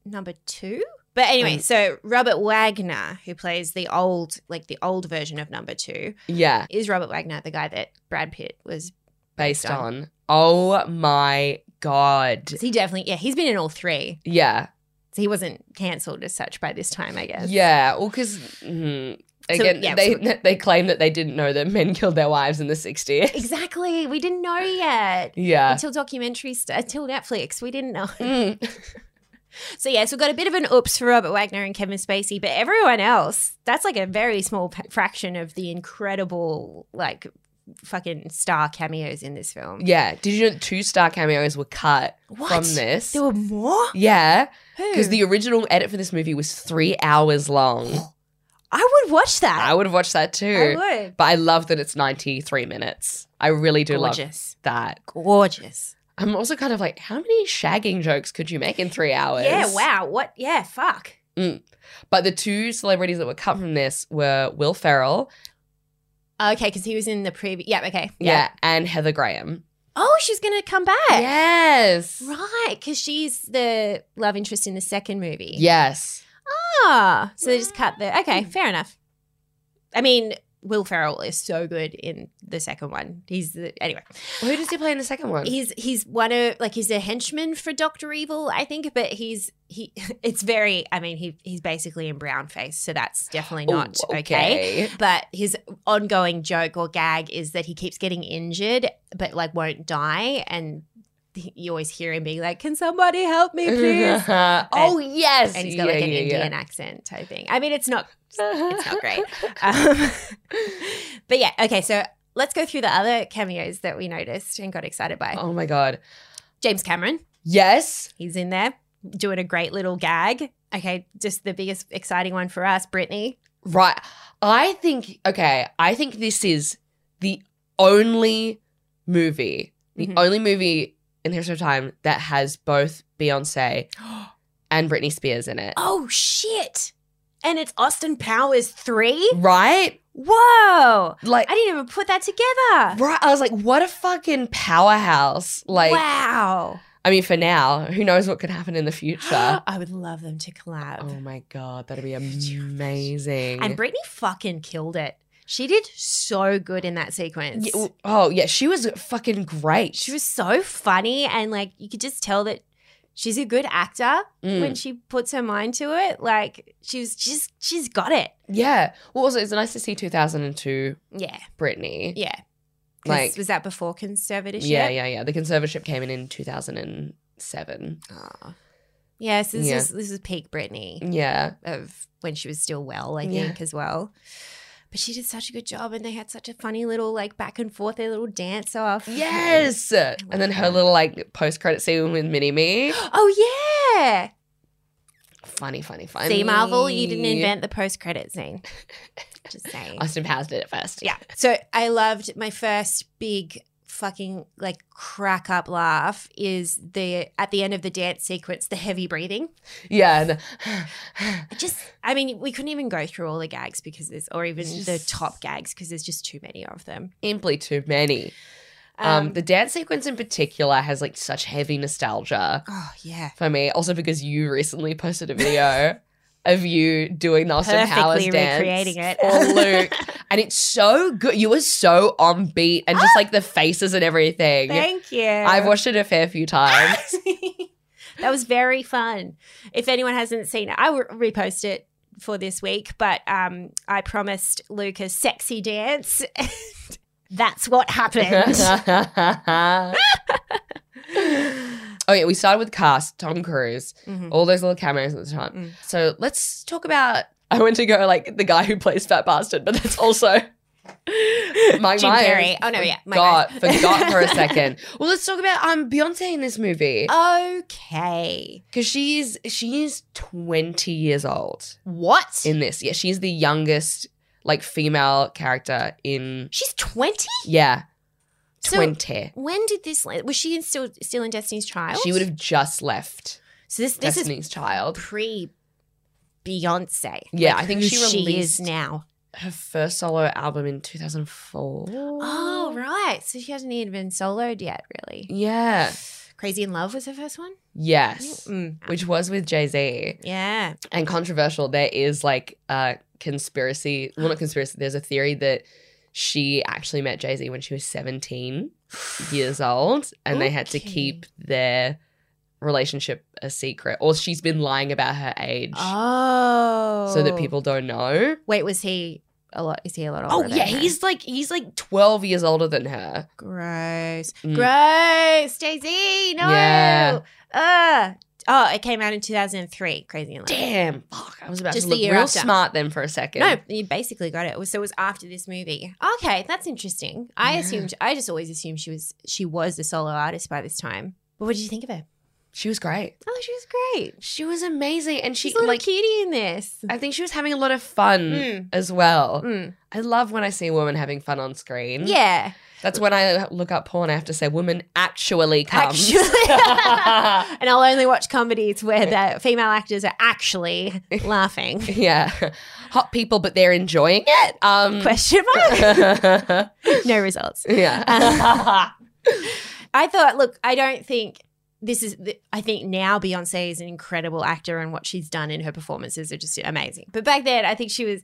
[SPEAKER 1] number two. But anyway,
[SPEAKER 2] Mm.
[SPEAKER 1] so Robert Wagner, who plays the old, like the old version of number two,
[SPEAKER 2] Yeah.
[SPEAKER 1] is Robert Wagner the guy that Brad Pitt was
[SPEAKER 2] Based on. Oh my God.
[SPEAKER 1] He definitely, yeah, he's been in all three,
[SPEAKER 2] Yeah.
[SPEAKER 1] so he wasn't cancelled as such by this time, I guess.
[SPEAKER 2] Yeah. Well, because. Again,
[SPEAKER 1] yeah,
[SPEAKER 2] they they claim that they didn't know that men killed their wives in the 60s.
[SPEAKER 1] exactly. We didn't know yet
[SPEAKER 2] Yeah.
[SPEAKER 1] until documentary, st- until Netflix. We didn't know.
[SPEAKER 2] Mm.
[SPEAKER 1] So yeah, so we got a bit of an oops for Robert Wagner and Kevin Spacey, but everyone else, that's like a very small p- fraction of the incredible like fucking star cameos in this film.
[SPEAKER 2] Yeah. Did you know that two star cameos were cut
[SPEAKER 1] What?
[SPEAKER 2] from this?
[SPEAKER 1] There were more?
[SPEAKER 2] yeah. Because
[SPEAKER 1] Who?
[SPEAKER 2] the original edit for this movie was three hours long.
[SPEAKER 1] I would watch
[SPEAKER 2] I
[SPEAKER 1] that.
[SPEAKER 2] would have watched that too.
[SPEAKER 1] would.
[SPEAKER 2] But I love that it's 93 minutes. I really do love
[SPEAKER 1] Gorgeous.
[SPEAKER 2] that.
[SPEAKER 1] Gorgeous.
[SPEAKER 2] I'm also kind of like, how many shagging jokes could you make in three hours?
[SPEAKER 1] Yeah, wow. What yeah, fuck.
[SPEAKER 2] But the two celebrities that were cut from this were Will Ferrell
[SPEAKER 1] Okay, because he was in the previous. Yeah, okay.
[SPEAKER 2] yeah. and Heather Graham.
[SPEAKER 1] Oh, she's going to come back.
[SPEAKER 2] Yes.
[SPEAKER 1] Right, because she's the love interest in the second movie.
[SPEAKER 2] Yes.
[SPEAKER 1] Ah, so they just cut the. Okay, fair enough. I mean, Will Ferrell is so good in the second one. He's the anyway.
[SPEAKER 2] Who does he play in the second one?
[SPEAKER 1] He's he's one of like he's a henchman for Doctor Evil, I think. But he's he. It's very. I mean, he he's basically in brown face, so that's definitely
[SPEAKER 2] Oh,
[SPEAKER 1] not okay. But his ongoing joke or gag is that he keeps getting injured, but like won't die, and he- you always hear him being like, "Can somebody help
[SPEAKER 2] Uh-huh.
[SPEAKER 1] me, please?"
[SPEAKER 2] oh yes.
[SPEAKER 1] and he's got like
[SPEAKER 2] Yeah,
[SPEAKER 1] an
[SPEAKER 2] yeah, yeah.
[SPEAKER 1] Indian accent type thing. I mean, it's not it's not great, um, but yeah. Okay, so let's go through the other cameos that we noticed and got excited by.
[SPEAKER 2] Oh my god.
[SPEAKER 1] James Cameron,
[SPEAKER 2] Yes.
[SPEAKER 1] he's in there doing a great little gag. Okay, just the biggest exciting one for us, Brittany.
[SPEAKER 2] Right. I think okay, I think this is the only movie, the
[SPEAKER 1] Mhm.
[SPEAKER 2] only movie in the history of time that has both Beyonce and Britney Spears in it.
[SPEAKER 1] Oh shit! And it's Austin Powers three.
[SPEAKER 2] Right?
[SPEAKER 1] Whoa!
[SPEAKER 2] Like
[SPEAKER 1] I didn't even put that together.
[SPEAKER 2] right, I was like what a fucking powerhouse. Like
[SPEAKER 1] wow.
[SPEAKER 2] I mean for now, who knows what could happen in the future.
[SPEAKER 1] I would love them to collab.
[SPEAKER 2] oh my god, that'd be amazing.
[SPEAKER 1] And Britney fucking killed it. She did so good in that sequence.
[SPEAKER 2] Yeah, w- oh yeah, she was fucking great.
[SPEAKER 1] she was so funny and like you could just tell that she's a good actor
[SPEAKER 2] Mm.
[SPEAKER 1] when she puts her mind to it. Like she's just she's got it.
[SPEAKER 2] yeah. Well, also it's nice to see 2002
[SPEAKER 1] Yeah.
[SPEAKER 2] Britney.
[SPEAKER 1] Yeah. 'Cause
[SPEAKER 2] Like-
[SPEAKER 1] was that before conservatorship?
[SPEAKER 2] Yeah, yeah, yeah. The conservatorship came in in 2007.
[SPEAKER 1] Ah. Yes, this
[SPEAKER 2] Yeah.
[SPEAKER 1] is this is peak Britney
[SPEAKER 2] Yeah.
[SPEAKER 1] of when she was still well, I
[SPEAKER 2] Yeah.
[SPEAKER 1] think, as well. But she did such a good job and they had such a funny little like back and forth, their little dance off.
[SPEAKER 2] Yes. And then her little like post credit scene with Mini Me.
[SPEAKER 1] Oh yeah.
[SPEAKER 2] Funny, funny, funny.
[SPEAKER 1] See, Marvel, you didn't invent the post credit scene. Just saying.
[SPEAKER 2] Austin Powers did it first.
[SPEAKER 1] Yeah. So I loved my first big fucking like crack up laugh is the at the end of the dance sequence, the heavy breathing.
[SPEAKER 2] Yeah. and-
[SPEAKER 1] I Just I mean, we couldn't even go through all the gags because there's or even
[SPEAKER 2] It's
[SPEAKER 1] the
[SPEAKER 2] just-
[SPEAKER 1] top gags because there's just too many of them.
[SPEAKER 2] Simply too many. Um, the dance sequence in particular has like such heavy nostalgia
[SPEAKER 1] Oh yeah.
[SPEAKER 2] for me. Also because you recently posted a video of you doing the Austin Powers
[SPEAKER 1] Perfectly
[SPEAKER 2] dance.
[SPEAKER 1] recreating it.
[SPEAKER 2] for Luke. and it's so good. You were so on beat and just like the faces and everything.
[SPEAKER 1] Thank you.
[SPEAKER 2] I've watched it a fair few times.
[SPEAKER 1] that was very fun. If anyone hasn't seen it, I will repost it for this week. But um, I promised Luke a sexy dance, and that's what happened.
[SPEAKER 2] oh yeah, we started with cast, Tom Cruise,
[SPEAKER 1] Mhm.
[SPEAKER 2] all those little cameos at the time.
[SPEAKER 1] Mm.
[SPEAKER 2] So let's talk about. I went to go like the guy who plays Fat Bastard, but that's also Mike
[SPEAKER 1] Jim
[SPEAKER 2] Myers.
[SPEAKER 1] Carrey. Oh, no, yeah, Mike
[SPEAKER 2] forgot
[SPEAKER 1] Myers.
[SPEAKER 2] forgot for a second. Well, let's talk about um Beyonce in this movie
[SPEAKER 1] Oh. okay,
[SPEAKER 2] because she's she's twenty years old
[SPEAKER 1] what?
[SPEAKER 2] in this. Yeah, she's the youngest like female character in.
[SPEAKER 1] She's twenty.
[SPEAKER 2] Yeah,
[SPEAKER 1] So-
[SPEAKER 2] twenty.
[SPEAKER 1] When did this? la- Was she in still still in Destiny's Child?
[SPEAKER 2] she would have just left.
[SPEAKER 1] So this this
[SPEAKER 2] Destiny's
[SPEAKER 1] is
[SPEAKER 2] Child.
[SPEAKER 1] pre Beyonce.
[SPEAKER 2] Yeah, I think
[SPEAKER 1] who
[SPEAKER 2] she
[SPEAKER 1] she is
[SPEAKER 2] released
[SPEAKER 1] now.
[SPEAKER 2] her first solo album in 2004.
[SPEAKER 1] Oh right, so she hasn't even been soloed yet, really.
[SPEAKER 2] Yeah.
[SPEAKER 1] Crazy in Love was her first one.
[SPEAKER 2] Yes.
[SPEAKER 1] Mm.
[SPEAKER 2] Which was with Jay Z.
[SPEAKER 1] Yeah.
[SPEAKER 2] And controversial, there is like a conspiracy. Well, not conspiracy. There's a theory that she actually met Jay Z when she was 17 years old and they had to
[SPEAKER 1] Okay.
[SPEAKER 2] keep their relationship a secret. Or she's been lying about her age
[SPEAKER 1] Oh.
[SPEAKER 2] so that people don't know.
[SPEAKER 1] Wait, was he a lot? Is he a lot
[SPEAKER 2] Oh
[SPEAKER 1] older?
[SPEAKER 2] yeah,
[SPEAKER 1] than her?
[SPEAKER 2] he's like he's like 12 years older than her.
[SPEAKER 1] gross.
[SPEAKER 2] Mm.
[SPEAKER 1] Gross. Jay Z. No.
[SPEAKER 2] Yeah.
[SPEAKER 1] Ugh. oh, it came out in 2003. Crazy. in Love.
[SPEAKER 2] Damn, fuck. I was about
[SPEAKER 1] Just
[SPEAKER 2] to
[SPEAKER 1] the
[SPEAKER 2] look
[SPEAKER 1] year
[SPEAKER 2] real
[SPEAKER 1] after.
[SPEAKER 2] smart then for a second.
[SPEAKER 1] No, you basically got it. It was- So it was after this movie. Okay, that's interesting. I assumed. I just always assumed she was she was a solo artist by this time. But what did you think of her?
[SPEAKER 2] She was great.
[SPEAKER 1] Oh, she was great.
[SPEAKER 2] She was amazing. And she
[SPEAKER 1] She's a little
[SPEAKER 2] like
[SPEAKER 1] cutie in this.
[SPEAKER 2] I think she was having a lot of fun
[SPEAKER 1] Mm.
[SPEAKER 2] as well.
[SPEAKER 1] Mm.
[SPEAKER 2] I love when I see a woman having fun on screen.
[SPEAKER 1] Yeah.
[SPEAKER 2] That's when I look up porn, I have to say woman actually comes.
[SPEAKER 1] Actually. and I'll only watch comedies where the female actors are actually laughing.
[SPEAKER 2] yeah. Hot people, but they're enjoying it. Um
[SPEAKER 1] Question mark. no results.
[SPEAKER 2] Yeah.
[SPEAKER 1] I thought, look, I don't think this is. The, I think now Beyonce is an incredible actor, and what she's done in her performances are just amazing. But back then, I think she was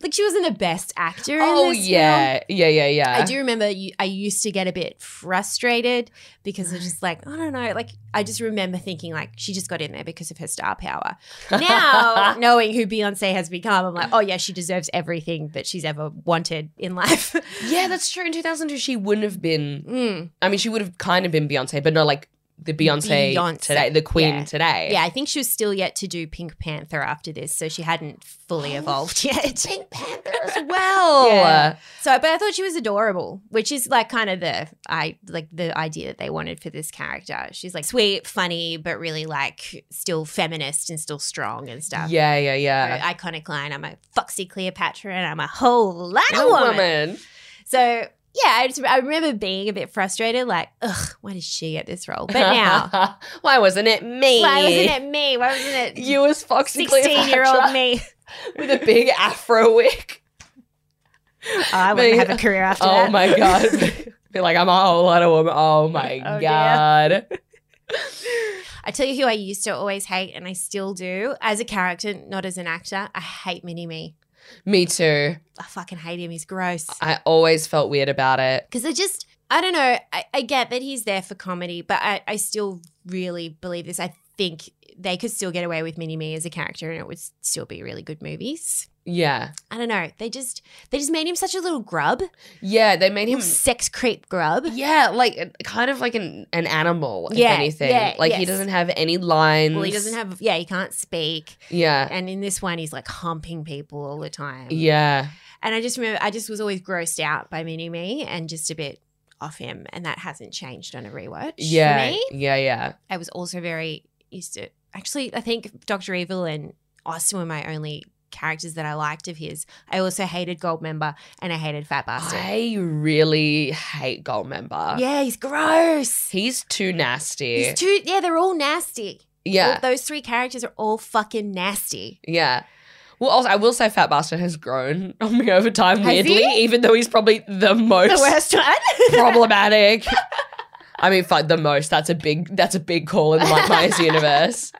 [SPEAKER 1] like she wasn't the best actor. in
[SPEAKER 2] Oh
[SPEAKER 1] this film.
[SPEAKER 2] yeah, yeah, yeah, yeah.
[SPEAKER 1] I do remember you, I used to get a bit frustrated because I was just like, I don't know. Like, I just remember thinking, like, she just got in there because of her star power. Now, knowing who Beyonce has become, I'm like, oh, yeah, she deserves everything that she's ever wanted in life.
[SPEAKER 2] Yeah, that's true. In 2002, she wouldn't have been.
[SPEAKER 1] Mm.
[SPEAKER 2] I mean, she would have kind of been Beyonce, but not like the Beyonce,
[SPEAKER 1] Beyonce,
[SPEAKER 2] today, the Queen
[SPEAKER 1] yeah.
[SPEAKER 2] today.
[SPEAKER 1] Yeah, I think she was still yet to do Pink Panther after this, so she hadn't fully evolved yet. Oh, Pink Panther as
[SPEAKER 2] Well,
[SPEAKER 1] Yeah. So, but I thought she was adorable, which is like kind of the I like the idea that they wanted for this character. She's like sweet, funny, but really like still feminist and still strong and
[SPEAKER 2] uh,
[SPEAKER 1] stuff.
[SPEAKER 2] yeah, yeah,
[SPEAKER 1] Her
[SPEAKER 2] yeah.
[SPEAKER 1] iconic line: "I'm a foxy Cleopatra, and I'm a whole lot of
[SPEAKER 2] Oh,
[SPEAKER 1] woman. So yeah, I just I remember being a bit frustrated, like, ugh, why did she get this role? But now,
[SPEAKER 2] why wasn't it me?
[SPEAKER 1] why wasn't it me? Why wasn't it
[SPEAKER 2] you as Foxy
[SPEAKER 1] 16 year old
[SPEAKER 2] Cleopatra
[SPEAKER 1] me.
[SPEAKER 2] with a big afro wig?
[SPEAKER 1] I
[SPEAKER 2] wouldn't have a
[SPEAKER 1] career after
[SPEAKER 2] oh my god! Be like, I'm a whole lot of woman. Oh my
[SPEAKER 1] Oh, dear.
[SPEAKER 2] god!
[SPEAKER 1] I tell you who I used to always hate, and I still do as a character, not as an actor. I hate Mini Me.
[SPEAKER 2] Me too.
[SPEAKER 1] I fucking hate him. He's gross.
[SPEAKER 2] I always felt weird about it.
[SPEAKER 1] Because I just, I don't know. I, I get that he's there for comedy, but I, I still really believe this. I think they could still get away with Mini Me as a character, and it would s- still be really good movies.
[SPEAKER 2] Yeah,
[SPEAKER 1] I don't know. They just, they just made him such a little grub,
[SPEAKER 2] yeah. They made him
[SPEAKER 1] sex creep grub.
[SPEAKER 2] Yeah, like kind of like an an animal, if
[SPEAKER 1] Yeah,
[SPEAKER 2] anything.
[SPEAKER 1] yeah,
[SPEAKER 2] like he
[SPEAKER 1] yes.
[SPEAKER 2] doesn't have any lines.
[SPEAKER 1] Well, he doesn't have, yeah, he can't speak.
[SPEAKER 2] Yeah,
[SPEAKER 1] And in this one, he's like humping people all the time.
[SPEAKER 2] yeah,
[SPEAKER 1] And I just remember, I just was always grossed out by Mini Me and just a bit off him. And that hasn't changed on a rewatch
[SPEAKER 2] yeah,
[SPEAKER 1] for me.
[SPEAKER 2] yeah, yeah.
[SPEAKER 1] I was also very used to, actually, I think Dr. Evil and Austin were my only characters that I liked of his. I also hated Goldmember and I hated Fat Bastard.
[SPEAKER 2] I really hate Goldmember.
[SPEAKER 1] yeah, he's gross.
[SPEAKER 2] he's too nasty.
[SPEAKER 1] He's too, yeah, they're all nasty.
[SPEAKER 2] yeah,
[SPEAKER 1] All- those three characters are all fucking nasty.
[SPEAKER 2] yeah. Well, also, I will say Fat Bastard has grown on me over time.
[SPEAKER 1] Has
[SPEAKER 2] Weirdly,
[SPEAKER 1] he?
[SPEAKER 2] even though he's probably the most
[SPEAKER 1] The worst one.
[SPEAKER 2] problematic. I mean, fuck, the most. That's a big. That's a big call in like my universe.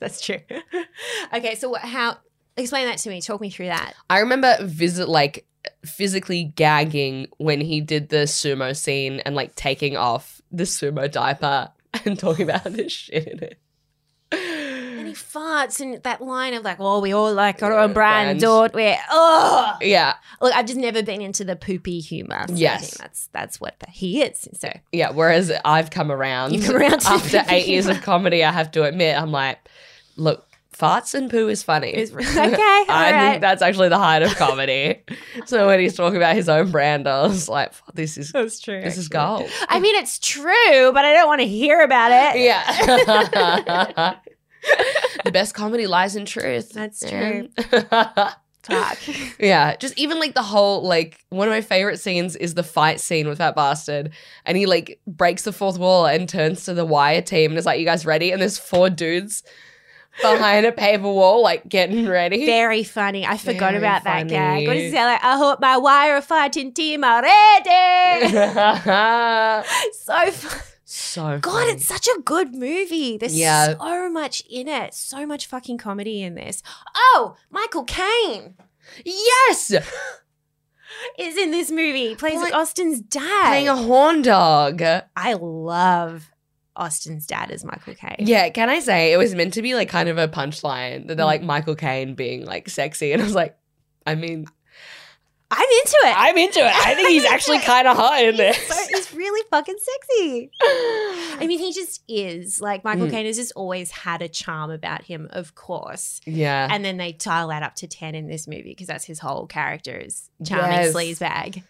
[SPEAKER 1] That's true. okay, so what, how, explain that to me. Talk me through that.
[SPEAKER 2] I remember visit like physically gagging when he did the sumo scene and like taking off the sumo diaper and talking about this shit in it.
[SPEAKER 1] And he farts and that line of like, oh, we all like our own
[SPEAKER 2] Yeah,
[SPEAKER 1] brand,
[SPEAKER 2] brand.
[SPEAKER 1] don't we? Oh,
[SPEAKER 2] Yeah,
[SPEAKER 1] look, I've just never been into the poopy humor. So I
[SPEAKER 2] Yes.
[SPEAKER 1] think that's that's what the, he is. So
[SPEAKER 2] yeah. Whereas I've come around,
[SPEAKER 1] You've come around to-
[SPEAKER 2] after eight years of comedy. I have to admit, I'm like, look, farts and poo is funny.
[SPEAKER 1] it's okay, all right.
[SPEAKER 2] I think that's actually the height of comedy. so when he's talking about his own brand, I was like, fuck, this is
[SPEAKER 1] that's true.
[SPEAKER 2] this is gold.
[SPEAKER 1] I mean, it's true, but I don't want to hear about it.
[SPEAKER 2] Yeah. the best comedy lies in truth.
[SPEAKER 1] That's
[SPEAKER 2] man.
[SPEAKER 1] Fuck.
[SPEAKER 2] yeah. Just even like the whole like one of my favorite scenes is the fight scene with that bastard. And he like breaks the fourth wall and turns to the wire team and is like, You guys ready? And there's four dudes behind a paper wall, like getting ready.
[SPEAKER 1] Very funny. I forgot
[SPEAKER 2] Very
[SPEAKER 1] about that gag. What
[SPEAKER 2] funny.
[SPEAKER 1] does he say? Like, I hope my wire fighting team are ready. so fun.
[SPEAKER 2] so
[SPEAKER 1] God,
[SPEAKER 2] funny.
[SPEAKER 1] it's such a good movie. There's
[SPEAKER 2] Yeah.
[SPEAKER 1] so much in it. So much fucking comedy in this. Oh, Michael Caine
[SPEAKER 2] Yes!
[SPEAKER 1] is in this movie. He Plays
[SPEAKER 2] Play-
[SPEAKER 1] Austin's dad.
[SPEAKER 2] Playing a horn dog.
[SPEAKER 1] I love Austin's dad as Michael Caine.
[SPEAKER 2] Yeah, can I say it was meant to be like kind of a punchline that they're like Michael Caine being like sexy, and I was like, I mean,
[SPEAKER 1] I'm into it.
[SPEAKER 2] I'm into it. I think he's actually kind of hot in this.
[SPEAKER 1] So he's really fucking sexy. I mean, he just is. Like Michael
[SPEAKER 2] Mm.
[SPEAKER 1] Caine has just always had a charm about him, of course.
[SPEAKER 2] Yeah,
[SPEAKER 1] And then they dial that up to ten in this movie because that's his whole character is charming
[SPEAKER 2] Yes.
[SPEAKER 1] sleazebag.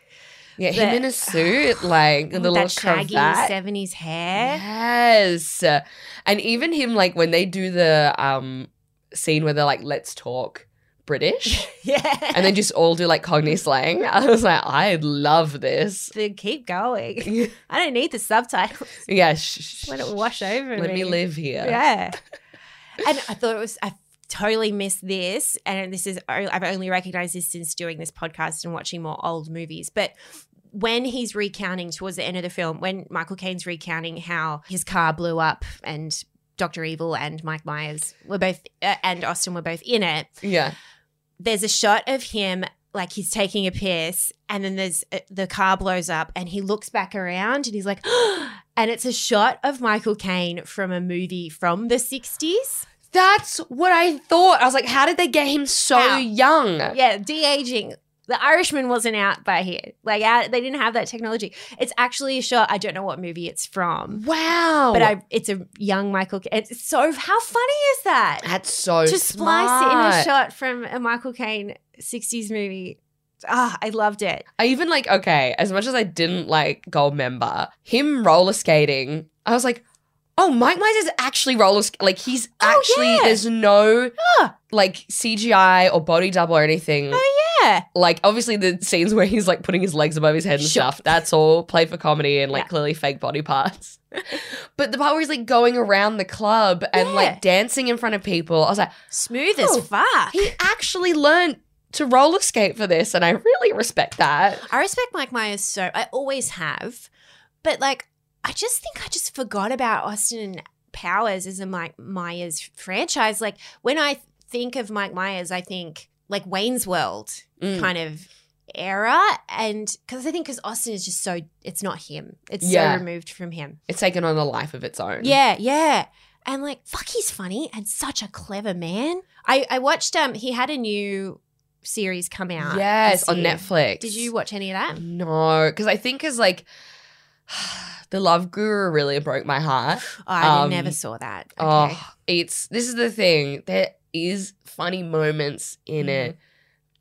[SPEAKER 2] yeah, him
[SPEAKER 1] the-
[SPEAKER 2] in a suit, like the
[SPEAKER 1] With
[SPEAKER 2] little
[SPEAKER 1] that shaggy
[SPEAKER 2] cravat.
[SPEAKER 1] seventies hair.
[SPEAKER 2] Yes, and even him, like when they do the um scene where they're like, "Let's talk British,"
[SPEAKER 1] Yeah.
[SPEAKER 2] and then just all do like Cockney slang. I was like, I love this.
[SPEAKER 1] then keep going. I don't need the subtitles.
[SPEAKER 2] Yeah, sh-
[SPEAKER 1] Let it wash over
[SPEAKER 2] Let me
[SPEAKER 1] me.
[SPEAKER 2] live here.
[SPEAKER 1] Yeah. and I thought it was I totally missed this and this is I've only recognized this since doing this podcast and watching more old movies, but when he's recounting towards the end of the film, when Michael Caine's recounting how his car blew up and Dr. Evil and Mike Myers were both, uh, and Austin were both in it,
[SPEAKER 2] Yeah.
[SPEAKER 1] there's a shot of him like he's taking a piss and then there's uh, the car blows up and he looks back around and he's like and it's a shot of michael caine from a movie from the 60s
[SPEAKER 2] That's what I thought. I was like, how did they get him so
[SPEAKER 1] How?
[SPEAKER 2] young?
[SPEAKER 1] yeah de-aging the irishman wasn't out by here like out, they didn't have that technology it's actually a shot i don't know what movie it's from
[SPEAKER 2] Wow.
[SPEAKER 1] but i it's a young michael Ca- it's so how funny is that
[SPEAKER 2] That's so
[SPEAKER 1] to splice it in a
[SPEAKER 2] smart.
[SPEAKER 1] shot from a michael caine 60s movie ah i loved it
[SPEAKER 2] I even like okay, as much as I didn't like Gold Member, him roller skating, I was like, oh, Mike Myers is actually roller sk- like he's actually
[SPEAKER 1] Oh, yeah.
[SPEAKER 2] there's no like CGI or body double or anything.
[SPEAKER 1] oh yeah
[SPEAKER 2] Like obviously the scenes where he's like putting his legs above his head and
[SPEAKER 1] Sure.
[SPEAKER 2] stuff, that's all played for comedy and like
[SPEAKER 1] Yeah.
[SPEAKER 2] clearly fake body parts. but the part where he's like going around the club and
[SPEAKER 1] Yeah.
[SPEAKER 2] like dancing in front of people, I was like,
[SPEAKER 1] smooth
[SPEAKER 2] Oh,
[SPEAKER 1] as fuck.
[SPEAKER 2] he actually learned to roller skate for this, and I really respect that.
[SPEAKER 1] I respect Mike Myers so. I always have, but like, I just think I just forgot about Austin Powers as a Mike Myers franchise. Like when I think of Mike Myers, I think like Wayne's World
[SPEAKER 2] Mm.
[SPEAKER 1] kind of era, and because I think because Austin is just so it's not him. It's
[SPEAKER 2] Yeah.
[SPEAKER 1] so removed from him.
[SPEAKER 2] It's taken on a life of its own.
[SPEAKER 1] Yeah, yeah. And like, fuck, he's funny and such a clever man. I I watched um he had a new series come out.
[SPEAKER 2] Yes,
[SPEAKER 1] this
[SPEAKER 2] on
[SPEAKER 1] year.
[SPEAKER 2] Netflix.
[SPEAKER 1] Did you watch any of that?
[SPEAKER 2] No, because I think is like the Love Guru really broke my heart.
[SPEAKER 1] Oh, I
[SPEAKER 2] Um,
[SPEAKER 1] never saw that. Okay.
[SPEAKER 2] Oh, it's this is the thing. There is funny moments in
[SPEAKER 1] Mm.
[SPEAKER 2] it,